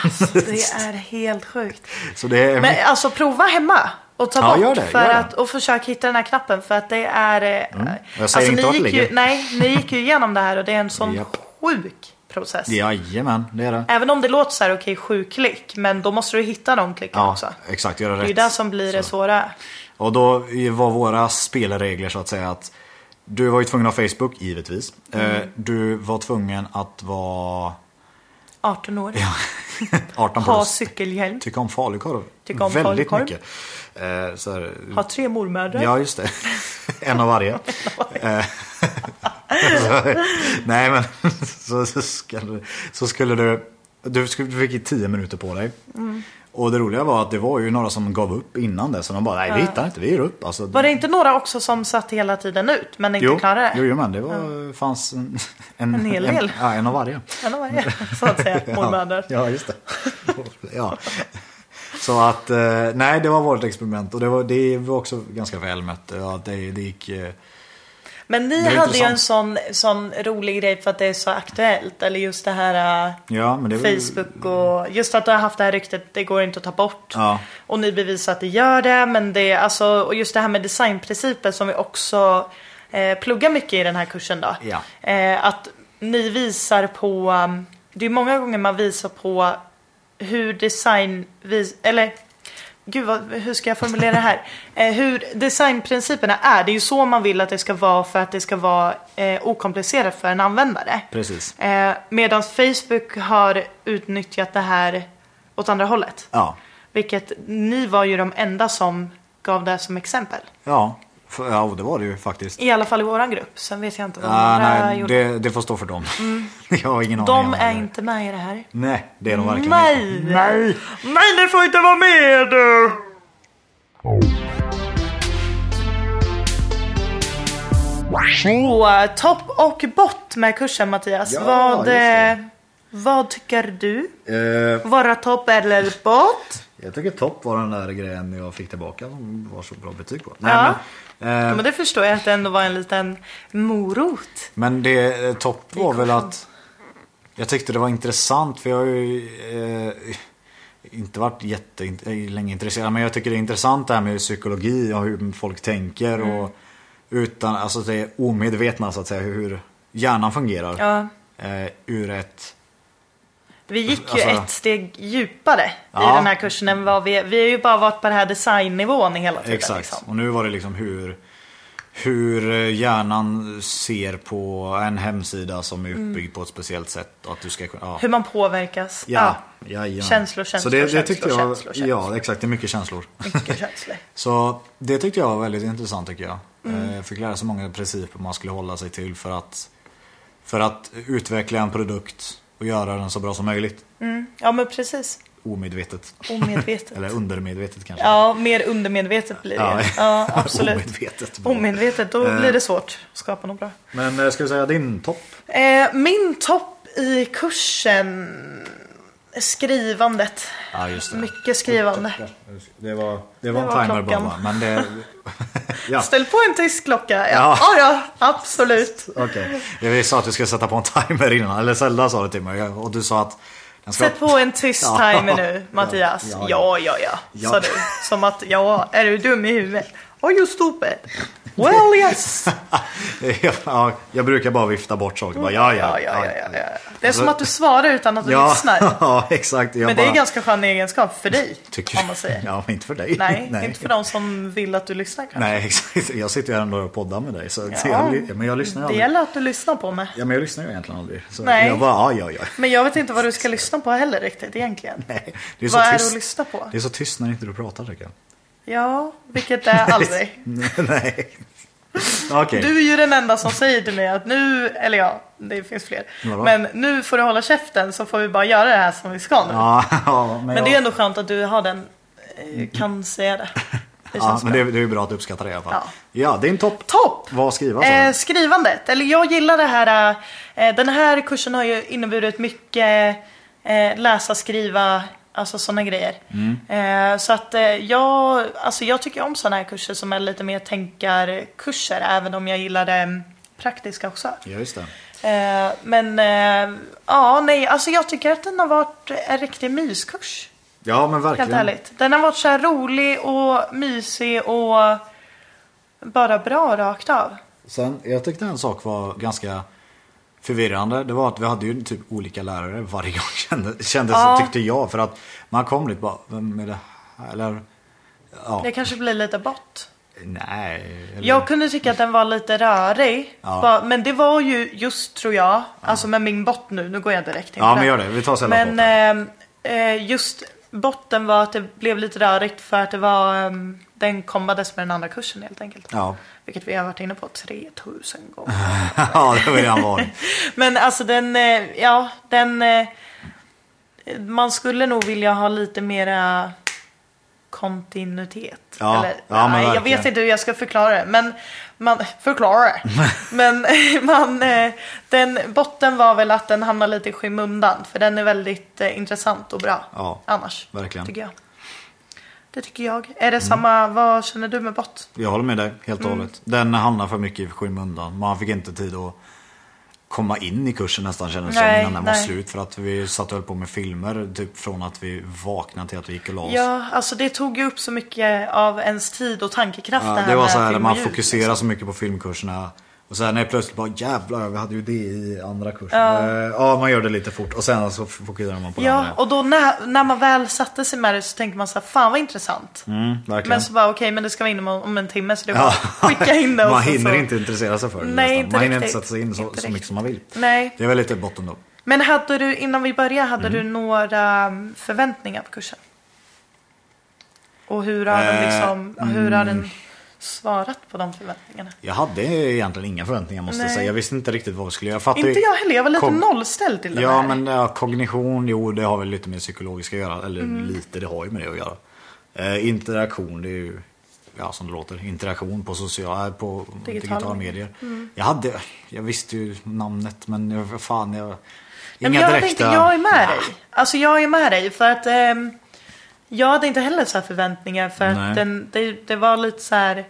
[SPEAKER 2] Alltså,
[SPEAKER 1] Alltså, Det är helt sjukt.
[SPEAKER 2] Så det är
[SPEAKER 1] Men alltså prova hemma och ta
[SPEAKER 2] Ja,
[SPEAKER 1] bort
[SPEAKER 2] gör det,
[SPEAKER 1] för
[SPEAKER 2] gör det. Mm.
[SPEAKER 1] att, och försök hitta den här knappen för att det är... eh,
[SPEAKER 2] Jag säger inte
[SPEAKER 1] ni
[SPEAKER 2] vart det
[SPEAKER 1] gick ju,
[SPEAKER 2] ligger.
[SPEAKER 1] Nej, ni gick ju igenom det här och det är en sån
[SPEAKER 2] Japp.
[SPEAKER 1] sjuk process.
[SPEAKER 2] Jajamän, det är det.
[SPEAKER 1] Även om det låter så här, okej, sju klick, men då måste du hitta de klicken
[SPEAKER 2] Ja,
[SPEAKER 1] också.
[SPEAKER 2] exakt. Göra
[SPEAKER 1] Det är ju
[SPEAKER 2] rätt.
[SPEAKER 1] det som blir det svåra.
[SPEAKER 2] Och då var våra spelregler så att säga att du var ju tvungen att ha Facebook, givetvis. Eh,
[SPEAKER 1] Mm.
[SPEAKER 2] Du var tvungen att vara
[SPEAKER 1] 18 år,
[SPEAKER 2] 18
[SPEAKER 1] ha
[SPEAKER 2] plus.
[SPEAKER 1] cykelhjälm,
[SPEAKER 2] Tycka om falukorv.
[SPEAKER 1] Tycka om
[SPEAKER 2] Väldigt
[SPEAKER 1] falukorv.
[SPEAKER 2] mycket. Eh, Så här,
[SPEAKER 1] ha tre mormödrar.
[SPEAKER 2] ja, just det. en av varje. Eh, så- Nej, men så, så, skulle, så skulle du... Du skulle- du fick ju 10 minuter på dig.
[SPEAKER 1] Mm.
[SPEAKER 2] Och det roliga var att det var ju några som gav upp innan det. Så de bara, nej vi hittar inte, vi ger upp. Alltså,
[SPEAKER 1] Var det inte några också som satt hela tiden ut, men inte klarade det?
[SPEAKER 2] Jo, jo, men det var, fanns en, en,
[SPEAKER 1] En hel del.
[SPEAKER 2] ja, en av varje.
[SPEAKER 1] En av varje, så att säga, mormödrar.
[SPEAKER 2] Ja, just det. ja. Så att, eh, nej det var vårt experiment och det var, det var också ganska välmött. Ja, det, det gick... eh,
[SPEAKER 1] Men ni
[SPEAKER 2] Det är
[SPEAKER 1] hade ju en sån, sån rolig grej för att det är så aktuellt. Eller just det här eh,
[SPEAKER 2] Ja, men det var ju-
[SPEAKER 1] Facebook och just att du har haft det här ryktet, det går inte att ta bort.
[SPEAKER 2] Ja.
[SPEAKER 1] Och ni bevisar att det gör det. Men det, alltså, och just det här med designprinciper som vi också eh, pluggar mycket i den här kursen då.
[SPEAKER 2] Ja.
[SPEAKER 1] Eh, att ni visar på, um, det är många gånger man visar på hur design, vis, eller Gud, vad, hur ska jag formulera det här? Eh, hur designprinciperna är, det är ju så man vill att det ska vara för att det ska vara eh, okomplicerat för en användare.
[SPEAKER 2] Precis.
[SPEAKER 1] Eh, Medan Facebook har utnyttjat det här åt andra hållet.
[SPEAKER 2] Ja.
[SPEAKER 1] Vilket ni var ju de enda som gav det som exempel.
[SPEAKER 2] Ja. För, ja, och det var det ju faktiskt.
[SPEAKER 1] I alla fall i våran grupp, sen vet jag inte vad de
[SPEAKER 2] Ja,
[SPEAKER 1] andra
[SPEAKER 2] Ah, nej,
[SPEAKER 1] gjorde.
[SPEAKER 2] det, det får stå för dem. Jag har ingen aning.
[SPEAKER 1] Mm.
[SPEAKER 2] om
[SPEAKER 1] De
[SPEAKER 2] det
[SPEAKER 1] är
[SPEAKER 2] där.
[SPEAKER 1] inte med i det här.
[SPEAKER 2] Nej, det är de verkligen
[SPEAKER 1] Nej!
[SPEAKER 2] inte. Nej!
[SPEAKER 1] Nej, ni får inte vara med! Så, eh, topp och bott med kursen Mattias.
[SPEAKER 2] Ja,
[SPEAKER 1] vad, eh,
[SPEAKER 2] just det.
[SPEAKER 1] vad tycker du?
[SPEAKER 2] Eh,
[SPEAKER 1] Vara topp eller bott?
[SPEAKER 2] jag tycker topp var den där grejen jag fick tillbaka som var så bra betyg på. Nej,
[SPEAKER 1] Ja.
[SPEAKER 2] men, eh,
[SPEAKER 1] Ja, men det förstår jag att det ändå var en liten morot.
[SPEAKER 2] Men det eh, topp var väl
[SPEAKER 1] korrekt.
[SPEAKER 2] att jag tyckte det var intressant för jag har ju eh, inte varit jättelänge intresserad men jag tycker det är intressant det här med psykologi och hur folk tänker och utan, alltså det är omedvetna så att säga hur hjärnan fungerar.
[SPEAKER 1] Ja.
[SPEAKER 2] Eh, ur ett,
[SPEAKER 1] Vi gick ju
[SPEAKER 2] Alltså-
[SPEAKER 1] ett steg djupare
[SPEAKER 2] Ja.
[SPEAKER 1] i den här kursen än vad vi... Vi har ju bara varit på den här designnivån hela tiden.
[SPEAKER 2] exakt.
[SPEAKER 1] Liksom.
[SPEAKER 2] Och nu var det liksom hur hur eh, hjärnan ser på en hemsida som är uppbyggd på ett speciellt sätt. och Att du ska, kunna- ja.
[SPEAKER 1] Hur man påverkas.
[SPEAKER 2] Ja, jajamän.
[SPEAKER 1] Känslor,
[SPEAKER 2] Så
[SPEAKER 1] känslor,
[SPEAKER 2] det, det
[SPEAKER 1] känslor,
[SPEAKER 2] tyckte jag,
[SPEAKER 1] känslor, känslor.
[SPEAKER 2] Ja, exakt. Det är mycket känslor.
[SPEAKER 1] Mycket känslor.
[SPEAKER 2] Så det tyckte jag var väldigt intressant tycker jag. Mm. Fick lära sig många principer man skulle hålla sig till för att, för att utveckla en produkt och göra den så bra som möjligt.
[SPEAKER 1] Ja men precis.
[SPEAKER 2] Omedvetet.
[SPEAKER 1] Omedvetet.
[SPEAKER 2] Eller undermedvetet kanske.
[SPEAKER 1] Ja, mer undermedvetet blir det. Ja, absolut.
[SPEAKER 2] Omedvetet. bara.
[SPEAKER 1] Omedvetet, då blir
[SPEAKER 2] Eh.
[SPEAKER 1] det svårt att skapa något bra.
[SPEAKER 2] Men eh, ska vi säga din topp?
[SPEAKER 1] Eh, min topp i kursen... Skrivandet.
[SPEAKER 2] Ja, just det.
[SPEAKER 1] Mycket skrivande.
[SPEAKER 2] Det var, det var
[SPEAKER 1] Det
[SPEAKER 2] en
[SPEAKER 1] var
[SPEAKER 2] timer bara
[SPEAKER 1] klockan.
[SPEAKER 2] va? Men det... ja,
[SPEAKER 1] Ställ på en tyskklocka. Ja,
[SPEAKER 2] Ja.
[SPEAKER 1] ja. ja absolut.
[SPEAKER 2] okej. Vi sa att du ska sätta på en timer innan. Eller Zelda sa det till mig. Och du sa att... den ska-
[SPEAKER 1] Sätt på en tyst
[SPEAKER 2] Ja.
[SPEAKER 1] timer nu, Mattias.
[SPEAKER 2] Ja,
[SPEAKER 1] Ja,
[SPEAKER 2] ja.
[SPEAKER 1] ja, ja,
[SPEAKER 2] Ja.
[SPEAKER 1] sa du. Som att, ja, är du dum i huvudet? Are you stupid? Well yes!
[SPEAKER 2] ja, jag brukar bara vifta bort saker. Bara, ja, ja, Alltså-
[SPEAKER 1] ja, ja, ja. Det är som att du svarar utan att du
[SPEAKER 2] ja,
[SPEAKER 1] lyssnar.
[SPEAKER 2] ja, exakt. Jag
[SPEAKER 1] Men det är
[SPEAKER 2] bara-
[SPEAKER 1] en ganska skön egenskap för dig.
[SPEAKER 2] tycker,
[SPEAKER 1] Om man säger.
[SPEAKER 2] Ja, men inte för dig.
[SPEAKER 1] Nej, inte för de som vill att du lyssnar kanske.
[SPEAKER 2] Nej, exakt. Jag sitter ju här ändå och poddar med dig. Så
[SPEAKER 1] Ja.
[SPEAKER 2] så jag, ly- men jag lyssnar ju
[SPEAKER 1] Det
[SPEAKER 2] aldrig.
[SPEAKER 1] gäller att du lyssnar på mig.
[SPEAKER 2] Ja, men jag lyssnar ju egentligen aldrig. Så
[SPEAKER 1] Nej.
[SPEAKER 2] Jag bara, ja, ja, ja.
[SPEAKER 1] Men jag vet inte vad du ska lyssna på heller riktigt egentligen.
[SPEAKER 2] Nej, det är så
[SPEAKER 1] vad är det
[SPEAKER 2] tyst.
[SPEAKER 1] att lyssna på?
[SPEAKER 2] det är så tyst när inte du pratar tycker jag.
[SPEAKER 1] Ja, vilket är aldrig.
[SPEAKER 2] Nej. Okej.
[SPEAKER 1] Du är ju den enda som säger till mig att nu, eller ja, det finns fler.
[SPEAKER 2] Vadå?
[SPEAKER 1] Men nu får du hålla käften så får vi bara göra det här som vi ska nu.
[SPEAKER 2] Ja, ja, men,
[SPEAKER 1] Men det är
[SPEAKER 2] jag-
[SPEAKER 1] ändå skönt att du har den, eh, kan säga det. Det känns
[SPEAKER 2] Ja,
[SPEAKER 1] bra.
[SPEAKER 2] men det, är- det är ju bra att du uppskattar det i alla fall.
[SPEAKER 1] Ja.
[SPEAKER 2] Ja, din topp.
[SPEAKER 1] Topp!
[SPEAKER 2] Vad skriva sa
[SPEAKER 1] Eh,
[SPEAKER 2] du?
[SPEAKER 1] skrivandet, eller jag gillar det här. Eh, den här kursen har ju inneburit mycket eh, läsa, skriva, alltså sådana grejer.
[SPEAKER 2] Mm.
[SPEAKER 1] Eh, så att eh, jag, alltså jag tycker om sådana här kurser som är lite mer tänkarkurser, även om jag gillar det mm, praktiska också.
[SPEAKER 2] Ja, just det.
[SPEAKER 1] Eh, men eh, ja, nej, alltså jag tycker att den har varit en riktig myskurs.
[SPEAKER 2] Ja, men verkligen.
[SPEAKER 1] Helt ärligt. Den har varit så här rolig och mysig och bara bra rakt av.
[SPEAKER 2] Sen, jag tyckte en sak var ganska förvirrande. Det var att vi hade ju typ olika lärare varje gång kände, kändes,
[SPEAKER 1] Ja.
[SPEAKER 2] tyckte jag. För att man kom dit bara, vem är det här? Eller, ja,
[SPEAKER 1] Det kanske blir lite bort.
[SPEAKER 2] nej. Eller,
[SPEAKER 1] Jag kunde tycka att den var lite rörig.
[SPEAKER 2] Ja.
[SPEAKER 1] Bara- Men det var ju just, tror jag, alltså med min bot nu, nu går jag direkt in på
[SPEAKER 2] ja, men
[SPEAKER 1] den.
[SPEAKER 2] gör det. Vi tar sällan
[SPEAKER 1] Men
[SPEAKER 2] botten.
[SPEAKER 1] eh, eh, just botten var att det blev lite rörigt för att det var, ehm, den kombades med den andra kursen helt enkelt.
[SPEAKER 2] Ja,
[SPEAKER 1] Vilket vi har varit inne på 3000 gånger.
[SPEAKER 2] ja det var ju han var.
[SPEAKER 1] Men alltså den, eh, ja den... eh, Man skulle nog vilja ha lite mera kontinuitet.
[SPEAKER 2] Ja,
[SPEAKER 1] Eller,
[SPEAKER 2] ja, men
[SPEAKER 1] nej, jag
[SPEAKER 2] verkligen.
[SPEAKER 1] vet inte hur jag ska förklara det. Men man, förklara det. men man, eh, den botten var väl att den hamnar lite i skymundan. För den är väldigt eh, intressant och bra
[SPEAKER 2] Ja,
[SPEAKER 1] annars.
[SPEAKER 2] verkligen. Mm.
[SPEAKER 1] Tycker jag. Det tycker jag. Är det samma, vad känner du med bott?
[SPEAKER 2] Jag håller med dig helt
[SPEAKER 1] Mm.
[SPEAKER 2] och hållet. Den hamnar för mycket i skymundan. Man fick inte tid att komma in i kursen nästan kändes det som
[SPEAKER 1] Nej,
[SPEAKER 2] innan den var
[SPEAKER 1] nej.
[SPEAKER 2] slut. För att vi satt och höll på med filmer typ från att vi vaknade till att vi gick och la oss.
[SPEAKER 1] Ja, alltså det tog ju upp så mycket av ens tid och tankekraft
[SPEAKER 2] Ja,
[SPEAKER 1] det här
[SPEAKER 2] det var
[SPEAKER 1] med liksom.
[SPEAKER 2] så här,
[SPEAKER 1] film
[SPEAKER 2] man
[SPEAKER 1] och ljud,
[SPEAKER 2] fokuserar så mycket på filmkurserna. Och sen är det plötsligt bara jävlar, vi hade ju det i andra kursen. Ja, ja man gör det lite fort och sen så fokuserar man på det
[SPEAKER 1] Ja,
[SPEAKER 2] andra.
[SPEAKER 1] och då när, när man väl satte sig med det så tänkte man så här, fan vad intressant.
[SPEAKER 2] Mm, verkligen.
[SPEAKER 1] Men så bara, okej, men det ska vara inom om en timme så det är bara
[SPEAKER 2] Ja.
[SPEAKER 1] att skicka in det. och
[SPEAKER 2] man
[SPEAKER 1] sen
[SPEAKER 2] hinner
[SPEAKER 1] så.
[SPEAKER 2] inte intressera sig för det
[SPEAKER 1] Nej,
[SPEAKER 2] nästan.
[SPEAKER 1] inte
[SPEAKER 2] Man hinner inte
[SPEAKER 1] riktigt.
[SPEAKER 2] sätta sig in så,
[SPEAKER 1] Inte
[SPEAKER 2] så mycket
[SPEAKER 1] riktigt.
[SPEAKER 2] som man vill.
[SPEAKER 1] Nej,
[SPEAKER 2] Det är väl lite botten då.
[SPEAKER 1] men hade du, innan vi började, hade du några mm, förväntningar på kursen? Och hur har den
[SPEAKER 2] Eh, mm.
[SPEAKER 1] liksom, hur har den svarat på de förväntningarna?
[SPEAKER 2] Jag hade egentligen inga förväntningar måste jag
[SPEAKER 1] Nej.
[SPEAKER 2] säga. Jag visste inte riktigt vad jag skulle göra. Jag fattade
[SPEAKER 1] Inte
[SPEAKER 2] ju-
[SPEAKER 1] jag heller, jag var lite
[SPEAKER 2] kom-
[SPEAKER 1] nollställd till det
[SPEAKER 2] Ja
[SPEAKER 1] här.
[SPEAKER 2] men ja, kognition, jo det har väl lite med psykologiska att göra. Eller
[SPEAKER 1] Mm.
[SPEAKER 2] lite, det har ju med det att göra. Eh, interaktion, det är ju ja, som det låter. Interaktion på, sociala, på
[SPEAKER 1] Digitala Mm.
[SPEAKER 2] digitala, medier. Jag hade, jag visste ju namnet men jag, vad fan jag...
[SPEAKER 1] Nej, men jag hade inte, jag är med dig. Alltså jag är med dig för att ehm, jag hade inte heller så här förväntningar för
[SPEAKER 2] Nej.
[SPEAKER 1] att den, det, det var lite så här.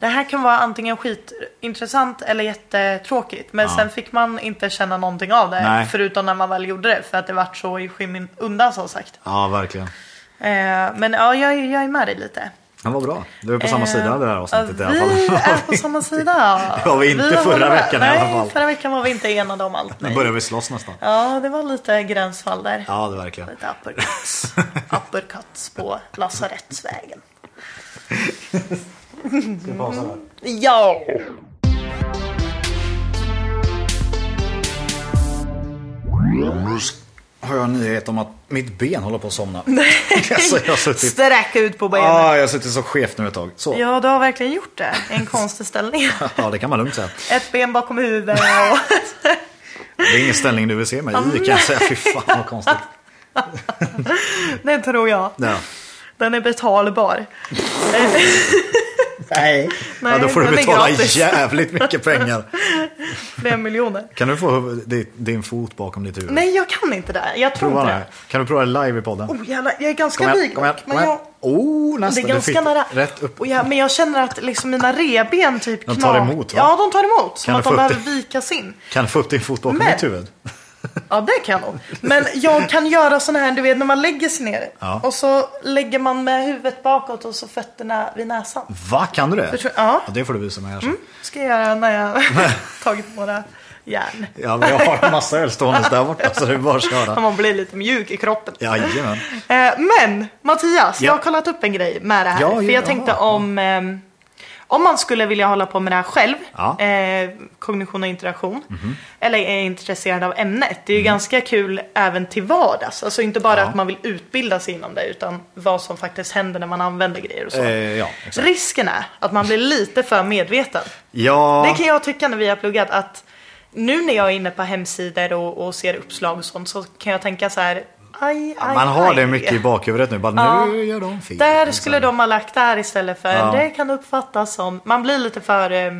[SPEAKER 1] Det här kan vara antingen skitintressant eller jättetråkigt. Men
[SPEAKER 2] Ja.
[SPEAKER 1] sen fick man inte känna någonting av det.
[SPEAKER 2] Nej.
[SPEAKER 1] Förutom när man väl gjorde det. För att det vart så i skymundan som sagt.
[SPEAKER 2] Ja verkligen.
[SPEAKER 1] Eh, men ja, jag, är- jag är med dig lite.
[SPEAKER 2] Han var bra. Du är på samma
[SPEAKER 1] Eh,
[SPEAKER 2] sida det här avsnittet i alla
[SPEAKER 1] Vi
[SPEAKER 2] fall.
[SPEAKER 1] är på samma sida.
[SPEAKER 2] Det var vi inte förra
[SPEAKER 1] håller med.
[SPEAKER 2] veckan i alla
[SPEAKER 1] Nej,
[SPEAKER 2] fall.
[SPEAKER 1] förra veckan var vi inte enade om allt.
[SPEAKER 2] Nu
[SPEAKER 1] nej.
[SPEAKER 2] börjar vi slåss nästan.
[SPEAKER 1] Ja, det var lite gränsfall där.
[SPEAKER 2] Ja det verkar.
[SPEAKER 1] Lite uppercuts. uppercuts på lasarettsvägen. Mm. Ja!
[SPEAKER 2] Har jag en nyhet om att mitt ben håller på att somna. alltså, jag har suttit
[SPEAKER 1] Sträck ut på benen.
[SPEAKER 2] Ja, ah, jag sitter så skevt nu ett tag. Så. Ja.
[SPEAKER 1] Ja, du har verkligen gjort det. En konstig ställning.
[SPEAKER 2] det kan man lugnt säga.
[SPEAKER 1] Ett ben bakom huvudet och...
[SPEAKER 2] Det är ingen ställning du vill se mig i kan jag säga. Fy fan vad konstigt.
[SPEAKER 1] Det tror jag.
[SPEAKER 2] Ja.
[SPEAKER 1] Den är betalbar.
[SPEAKER 2] Nej. ja, då
[SPEAKER 1] Nej,
[SPEAKER 2] får du
[SPEAKER 1] den är
[SPEAKER 2] betala
[SPEAKER 1] gratis.
[SPEAKER 2] jävligt mycket pengar.
[SPEAKER 1] Flera miljoner.
[SPEAKER 2] Kan du få huvud- di- din fot bakom ditt huvud?
[SPEAKER 1] Nej, jag kan inte det. Jag tror
[SPEAKER 2] Prova
[SPEAKER 1] inte
[SPEAKER 2] det.
[SPEAKER 1] det.
[SPEAKER 2] Kan du prova det live i podden?
[SPEAKER 1] Oh, jävlar, jag är ganska
[SPEAKER 2] Kom igen,
[SPEAKER 1] lik
[SPEAKER 2] kom igen,
[SPEAKER 1] dock,
[SPEAKER 2] kom
[SPEAKER 1] men
[SPEAKER 2] igen.
[SPEAKER 1] jag...
[SPEAKER 2] Oh,
[SPEAKER 1] Det
[SPEAKER 2] nästan.
[SPEAKER 1] är
[SPEAKER 2] Du fick
[SPEAKER 1] ganska nära.
[SPEAKER 2] rätt upp.
[SPEAKER 1] Och jag, men jag känner att liksom mina reben typ
[SPEAKER 2] De tar
[SPEAKER 1] knak-
[SPEAKER 2] emot, va?
[SPEAKER 1] Ja, de tar emot. Som
[SPEAKER 2] Kan du
[SPEAKER 1] att
[SPEAKER 2] få
[SPEAKER 1] de
[SPEAKER 2] upp
[SPEAKER 1] behöver vikas in.
[SPEAKER 2] Kan du få upp din fot bakom
[SPEAKER 1] Men-
[SPEAKER 2] ditt huvud?
[SPEAKER 1] Ja, det kan jag nog. Men jag kan göra sån här, du vet när man lägger sig ner.
[SPEAKER 2] Ja.
[SPEAKER 1] Och så lägger man med huvudet bakåt och så fötterna vid näsan.
[SPEAKER 2] Va, kan du det?
[SPEAKER 1] Förstår- ja.
[SPEAKER 2] Det får du visa mig här sen.
[SPEAKER 1] ska jag göra när jag tagit några järn.
[SPEAKER 2] Ja, men jag har en massa öl stående där borta så det är bara att köra.
[SPEAKER 1] Man blir lite mjuk i kroppen.
[SPEAKER 2] Jajamän.
[SPEAKER 1] Eh, Men Mattias,
[SPEAKER 2] Ja.
[SPEAKER 1] jag har kollat upp en grej med det här.
[SPEAKER 2] Ja,
[SPEAKER 1] för
[SPEAKER 2] ja,
[SPEAKER 1] jag tänkte
[SPEAKER 2] jaha.
[SPEAKER 1] om, ehm, om man skulle vilja hålla på med det här själv,
[SPEAKER 2] Ja. Mhm.
[SPEAKER 1] eh, kognition och interaktion, eller är intresserad av ämnet. Det är ju ganska kul även till vardags. Alltså inte bara
[SPEAKER 2] Mm. Ja.
[SPEAKER 1] att man vill utbilda sig inom det, utan vad som faktiskt händer när man använder grejer och så.
[SPEAKER 2] Eh, ja, exakt.
[SPEAKER 1] Risken är att man blir lite för medveten.
[SPEAKER 2] Ja,
[SPEAKER 1] Det kan jag tycka när vi har pluggat att nu när jag är inne på hemsidor och, och ser uppslag och sånt så kan jag tänka så här aj, aj,
[SPEAKER 2] man har
[SPEAKER 1] aj.
[SPEAKER 2] det mycket i bakhuvudet nu. Bara,
[SPEAKER 1] Ja.
[SPEAKER 2] nu gör de fel.
[SPEAKER 1] Där
[SPEAKER 2] Och
[SPEAKER 1] skulle
[SPEAKER 2] så-
[SPEAKER 1] de ha lagt där istället för
[SPEAKER 2] Ja.
[SPEAKER 1] det kan uppfattas som, man blir lite för, eh,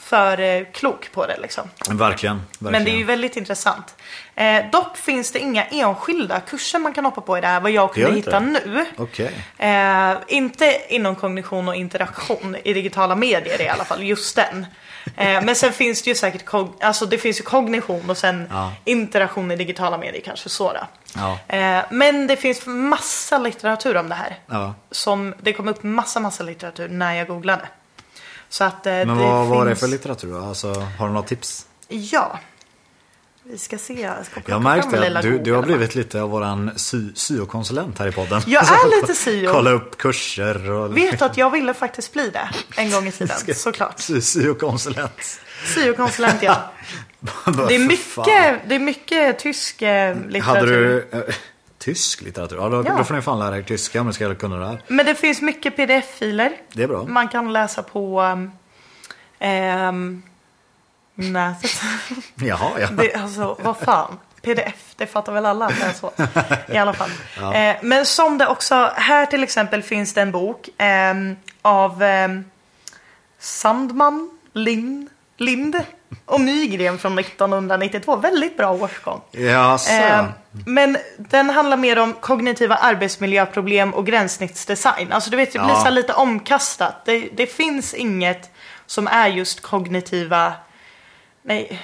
[SPEAKER 1] för eh, klok på det liksom.
[SPEAKER 2] Verkligen. verkligen.
[SPEAKER 1] Men det är ju väldigt intressant. Eh, dock finns det inga enskilda kurser man kan hoppa på i det här vad jag
[SPEAKER 2] Gör
[SPEAKER 1] kunde
[SPEAKER 2] det
[SPEAKER 1] hitta
[SPEAKER 2] inte?
[SPEAKER 1] nu.
[SPEAKER 2] Okej.
[SPEAKER 1] Eh, inte inom kognition och interaktion i digitala medier i alla fall, just den. Eh, men sen finns det ju säkert kog- alltså det finns ju kognition och sen
[SPEAKER 2] Ja.
[SPEAKER 1] interaktion i digitala medier kanske så då.
[SPEAKER 2] Ja.
[SPEAKER 1] Eh, men det finns massa litteratur om det här.
[SPEAKER 2] Ja.
[SPEAKER 1] Som, det kom upp massa, massa litteratur när jag googlade. Så att eh,
[SPEAKER 2] Men
[SPEAKER 1] det
[SPEAKER 2] vad var det
[SPEAKER 1] finns...
[SPEAKER 2] för litteratur? då? Alltså, har du några tips?
[SPEAKER 1] Ja. Vi ska se. Jag, ska plocka
[SPEAKER 2] Jag märkte
[SPEAKER 1] fram lilla
[SPEAKER 2] att du, du har
[SPEAKER 1] Google.
[SPEAKER 2] blivit lite av våran sy- syokonsulent här i podden.
[SPEAKER 1] Jag
[SPEAKER 2] Så-
[SPEAKER 1] är lite syo.
[SPEAKER 2] Kolla upp kurser och...
[SPEAKER 1] Vet du att jag ville faktiskt bli det en gång i tiden,
[SPEAKER 2] Ska-
[SPEAKER 1] såklart.
[SPEAKER 2] Sy- Syokonsulent.
[SPEAKER 1] Syokonsulent ja.
[SPEAKER 2] Bara,
[SPEAKER 1] Det är
[SPEAKER 2] för fan.
[SPEAKER 1] mycket, det är mycket tysk eh, litteratur.
[SPEAKER 2] Hade du... eh, Tysk litteratur? Ja, då,
[SPEAKER 1] Ja.
[SPEAKER 2] då får ni fan lära er tyska om ni ska kunna det här.
[SPEAKER 1] Men det finns mycket pdf-filer.
[SPEAKER 2] Det är bra.
[SPEAKER 1] Man kan läsa på ehm, ehm, nätet.
[SPEAKER 2] Jaha, ja.
[SPEAKER 1] Det, alltså, vad fan. PDF, det fattar väl alla att det är så. I alla fall. Eh, men som det också, här till exempel finns det en bok ehm, av ehm, Sandman, Lind, Lind och Nygren från 1992. Väldigt bra årsgång.
[SPEAKER 2] Jaså,
[SPEAKER 1] Eh,
[SPEAKER 2] ja.
[SPEAKER 1] men den handlar mer om kognitiva arbetsmiljöproblem och gränssnittsdesign. Alltså du vet, det blir
[SPEAKER 2] Ja.
[SPEAKER 1] så här lite omkastat. Det, det finns inget som är just kognitiva... Nej.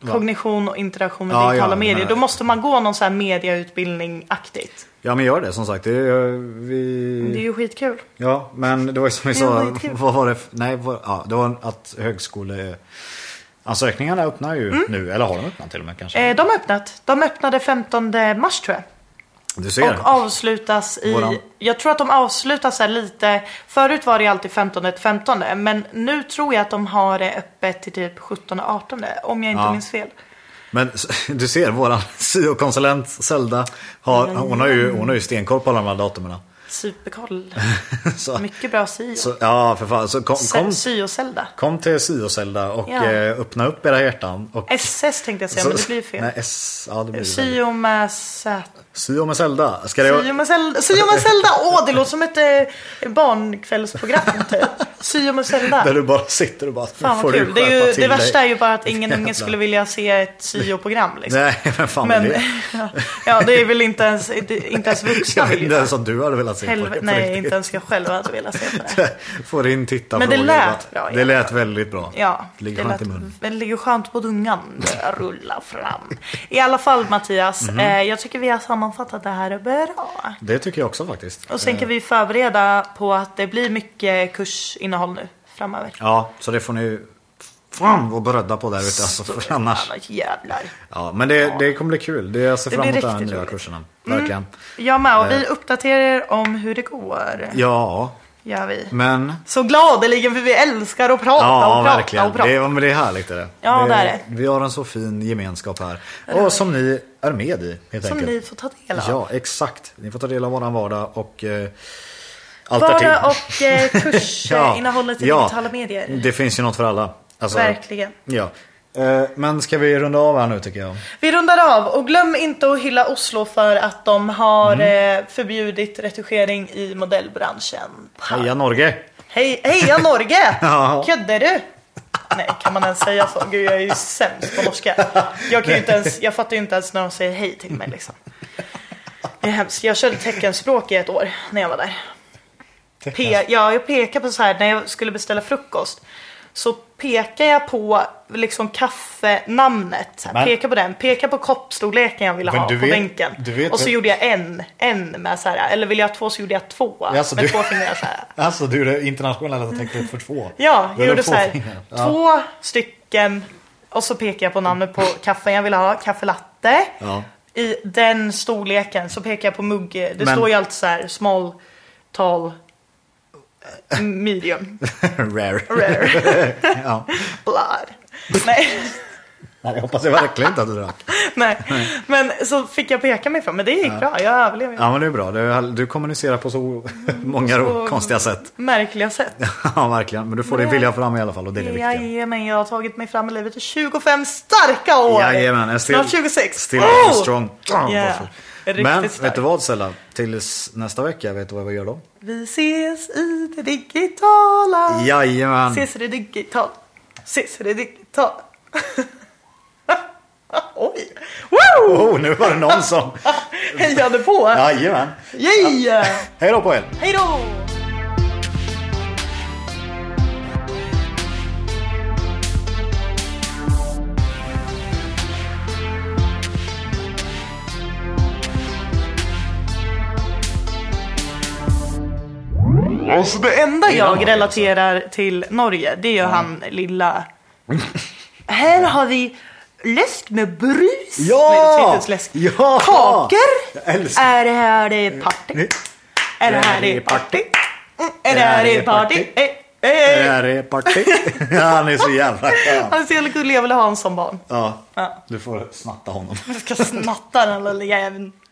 [SPEAKER 2] Va?
[SPEAKER 1] Kognition och interaktion med
[SPEAKER 2] Ja,
[SPEAKER 1] digitala
[SPEAKER 2] ja, det
[SPEAKER 1] medier.
[SPEAKER 2] här-
[SPEAKER 1] Då måste man gå någon så här medieutbildning-aktigt.
[SPEAKER 2] ja, men gör det som sagt. Det, är, eh,
[SPEAKER 1] Det är
[SPEAKER 2] vi...
[SPEAKER 1] ju skitkul.
[SPEAKER 2] Ja, men det var ju som vi
[SPEAKER 1] Det var
[SPEAKER 2] sa.
[SPEAKER 1] ju kul.
[SPEAKER 2] Vad var det? f- Nej, vad- ja, det var att högskoleansökningarna öppnar ju nu. Eller har de öppnat till och med kanske?
[SPEAKER 1] Mm. Eh, de har öppnat. De öppnade 15 mars tror jag.
[SPEAKER 2] Du ser.
[SPEAKER 1] Och avslutas i...
[SPEAKER 2] Våran-
[SPEAKER 1] Jag tror att de avslutas här lite... Förut var det ju alltid 15 15 men nu tror jag att de har det öppet till typ 17 18 om jag inte
[SPEAKER 2] Ja.
[SPEAKER 1] minns fel.
[SPEAKER 2] Men s- du ser, våran syokonsulent Zelda, har,
[SPEAKER 1] Mm.
[SPEAKER 2] hon, har ju, hon har ju stenkoll på alla de här datumerna.
[SPEAKER 1] Superkoll.
[SPEAKER 2] Så,
[SPEAKER 1] Mycket bra syo.
[SPEAKER 2] så, ja, för fan. Så kom,
[SPEAKER 1] Se-
[SPEAKER 2] kom,
[SPEAKER 1] Syo-Zelda.
[SPEAKER 2] kom till syo-Zelda och
[SPEAKER 1] Ja.
[SPEAKER 2] eh, öppna upp era hjärtan. Och,
[SPEAKER 1] SS tänkte jag säga,
[SPEAKER 2] så-
[SPEAKER 1] men det blir ju fel.
[SPEAKER 2] Nej, S, ja, det blir syo.
[SPEAKER 1] Syo med Z.
[SPEAKER 2] syo med Zelda. Ska det,
[SPEAKER 1] Syo med Zelda. Syo med Zelda! Åh, det låter som ett eh, barnkvällsprogram typ. Syo med Zelda.
[SPEAKER 2] där du bara sitter och bara
[SPEAKER 1] Fan vad
[SPEAKER 2] får du
[SPEAKER 1] kul. Det, är
[SPEAKER 2] skärpa
[SPEAKER 1] ju,
[SPEAKER 2] till
[SPEAKER 1] det värsta är
[SPEAKER 2] dig.
[SPEAKER 1] ju bara att ingen unge
[SPEAKER 2] Jävlar.
[SPEAKER 1] skulle vilja se ett syoprogram. Liksom.
[SPEAKER 2] Nej, men fan vad
[SPEAKER 1] Men,
[SPEAKER 2] det
[SPEAKER 1] ja, det är väl inte ens, det- inte ens vuxna
[SPEAKER 2] Jag
[SPEAKER 1] vill
[SPEAKER 2] vet
[SPEAKER 1] ju
[SPEAKER 2] inte
[SPEAKER 1] det.
[SPEAKER 2] ens om du hade velat se på
[SPEAKER 1] Helv-
[SPEAKER 2] det.
[SPEAKER 1] Nej, inte ens jag själv hade velat se på det.
[SPEAKER 2] Får in titta
[SPEAKER 1] Men det
[SPEAKER 2] frågor och bara-
[SPEAKER 1] lät bra i
[SPEAKER 2] Det
[SPEAKER 1] alla
[SPEAKER 2] lät väldigt bra.
[SPEAKER 1] Ja,
[SPEAKER 2] Det ligger skönt i munnen.
[SPEAKER 1] det ligger skönt på tungan. Det Rulla fram. I alla fall Mattias,
[SPEAKER 2] Mhm.
[SPEAKER 1] eh, jag tycker vi har sammanfattat det här bra.
[SPEAKER 2] Det tycker jag också faktiskt.
[SPEAKER 1] Och sen kan vi förbereda på att det blir mycket kursinnehåll nu framöver.
[SPEAKER 2] Ja, så det får ni fan vara beredda på där ute. Alltså, för annars.
[SPEAKER 1] Annars jävlar.
[SPEAKER 2] Ja, men det, det kommer bli kul. Det är alltså
[SPEAKER 1] Det
[SPEAKER 2] fram
[SPEAKER 1] blir
[SPEAKER 2] emot de här
[SPEAKER 1] riktigt
[SPEAKER 2] nya
[SPEAKER 1] roligt. Mm.
[SPEAKER 2] kurserna. Verkligen.
[SPEAKER 1] Jag med, och vi uppdaterar er om hur det går.
[SPEAKER 2] Eh. Ja,
[SPEAKER 1] Gör vi.
[SPEAKER 2] men...
[SPEAKER 1] Så gladeligen för vi älskar att prata
[SPEAKER 2] Ja,
[SPEAKER 1] och prata
[SPEAKER 2] verkligen.
[SPEAKER 1] och prata.
[SPEAKER 2] Det, är- men det är härligt. Är det.
[SPEAKER 1] Ja, det är det.
[SPEAKER 2] Vi har en så fin gemenskap här. Och som ni är med i, helt
[SPEAKER 1] Som
[SPEAKER 2] enkelt.
[SPEAKER 1] ni får ta del av.
[SPEAKER 2] Ja, exakt. Ni får ta del av våran vardag och eh, allt
[SPEAKER 1] Vardag
[SPEAKER 2] därtill.
[SPEAKER 1] och eh, kursinnehållet i
[SPEAKER 2] Ja.
[SPEAKER 1] digitala medier.
[SPEAKER 2] Det finns ju något för alla. Alltså,
[SPEAKER 1] Verkligen.
[SPEAKER 2] Ja. Eh, men ska vi runda av här nu tycker jag.
[SPEAKER 1] Vi rundar av och glöm inte att hylla Oslo för att de har
[SPEAKER 2] Mm.
[SPEAKER 1] eh, förbjudit retuschering i modellbranschen.
[SPEAKER 2] Heja Norge!
[SPEAKER 1] Hej, heja Norge!
[SPEAKER 2] Ja.
[SPEAKER 1] Ködde du? Nej, kan man ens säga så? Gud, jag är ju sämst på norska. Jag, kan ju inte ens, jag fattar ju inte ens när de säger hej till mig liksom. Det är hemskt. Jag körde teckenspråk i ett år när jag var där. Pe- ja, jag pekade på så här när jag skulle beställa frukost. Så Pekar jag på liksom kaffenamnet, så här,
[SPEAKER 2] Men-
[SPEAKER 1] pekar på den, pekar på koppstorleken jag ville
[SPEAKER 2] Men
[SPEAKER 1] ha på
[SPEAKER 2] du vet-
[SPEAKER 1] bänken.
[SPEAKER 2] du vet
[SPEAKER 1] och så
[SPEAKER 2] hur-
[SPEAKER 1] gjorde jag en, en med så här, eller ville jag ha två så gjorde jag två.
[SPEAKER 2] Alltså,
[SPEAKER 1] med
[SPEAKER 2] du-
[SPEAKER 1] två fingrar så här.
[SPEAKER 2] Alltså du är internationell att jag tänkte för två.
[SPEAKER 1] Ja,
[SPEAKER 2] Du
[SPEAKER 1] jag
[SPEAKER 2] är
[SPEAKER 1] gjorde
[SPEAKER 2] två
[SPEAKER 1] så här,
[SPEAKER 2] fingrar.
[SPEAKER 1] två stycken och så pekar jag på namnet på kaffen jag vill ha, kaffelatte.
[SPEAKER 2] Ja.
[SPEAKER 1] I den storleken så pekar jag på mugg, det
[SPEAKER 2] Men-
[SPEAKER 1] står ju alltid så här small, tall, eh, medium,
[SPEAKER 2] Rare.
[SPEAKER 1] rare.
[SPEAKER 2] ja.
[SPEAKER 1] Blood. Nej,
[SPEAKER 2] Nej, jag hoppas jag verkligen inte att du drack.
[SPEAKER 1] nej. Men så fick jag peka mig fram. Men det gick bra. Jag överlevde.
[SPEAKER 2] Ja men det är bra. Du, du kommunicerar på så många
[SPEAKER 1] Så-
[SPEAKER 2] konstiga sätt.
[SPEAKER 1] Märkliga sätt.
[SPEAKER 2] ja verkligen. Men du får din vilja fram i alla fall och det är det viktiga.
[SPEAKER 1] Jajamän, jag har tagit mig fram i livet i 25 starka år.
[SPEAKER 2] Jajamän, jag
[SPEAKER 1] Snart 26.
[SPEAKER 2] Still
[SPEAKER 1] Oh!
[SPEAKER 2] strong.
[SPEAKER 1] Yeah. Riktigt
[SPEAKER 2] Men
[SPEAKER 1] stark.
[SPEAKER 2] vet du vad Sella? Tills nästa vecka, vet du vad vi gör då?
[SPEAKER 1] Vi ses i det digitala.
[SPEAKER 2] Jajamän.
[SPEAKER 1] Ses i det digitala. Ses i det digitala. Oj! Woo!
[SPEAKER 2] Oh, nu var det någon som...
[SPEAKER 1] Hejade på!
[SPEAKER 2] Jajamän.
[SPEAKER 1] Yay!
[SPEAKER 2] Hej då på er.
[SPEAKER 1] Hej då!
[SPEAKER 3] Alltså det
[SPEAKER 1] enda jag relaterar till Norge, det är ju han lilla... Här har vi läsk med brus. Med
[SPEAKER 2] Ja!
[SPEAKER 1] Tittens läsk.
[SPEAKER 2] Ja!
[SPEAKER 1] Kakor.
[SPEAKER 2] Jag älskar-
[SPEAKER 1] Är det här det är party? Är det här det är party? Mm, Är det här det är party? Eh,
[SPEAKER 2] Det
[SPEAKER 1] eh.
[SPEAKER 2] här är party. Han är så jävla skön.
[SPEAKER 1] Han är så jävla gullig, jag vill ha honom som barn.
[SPEAKER 2] Ja,
[SPEAKER 1] Ja.
[SPEAKER 2] du får snatta honom.
[SPEAKER 1] Jag ska snatta den lilla jäveln.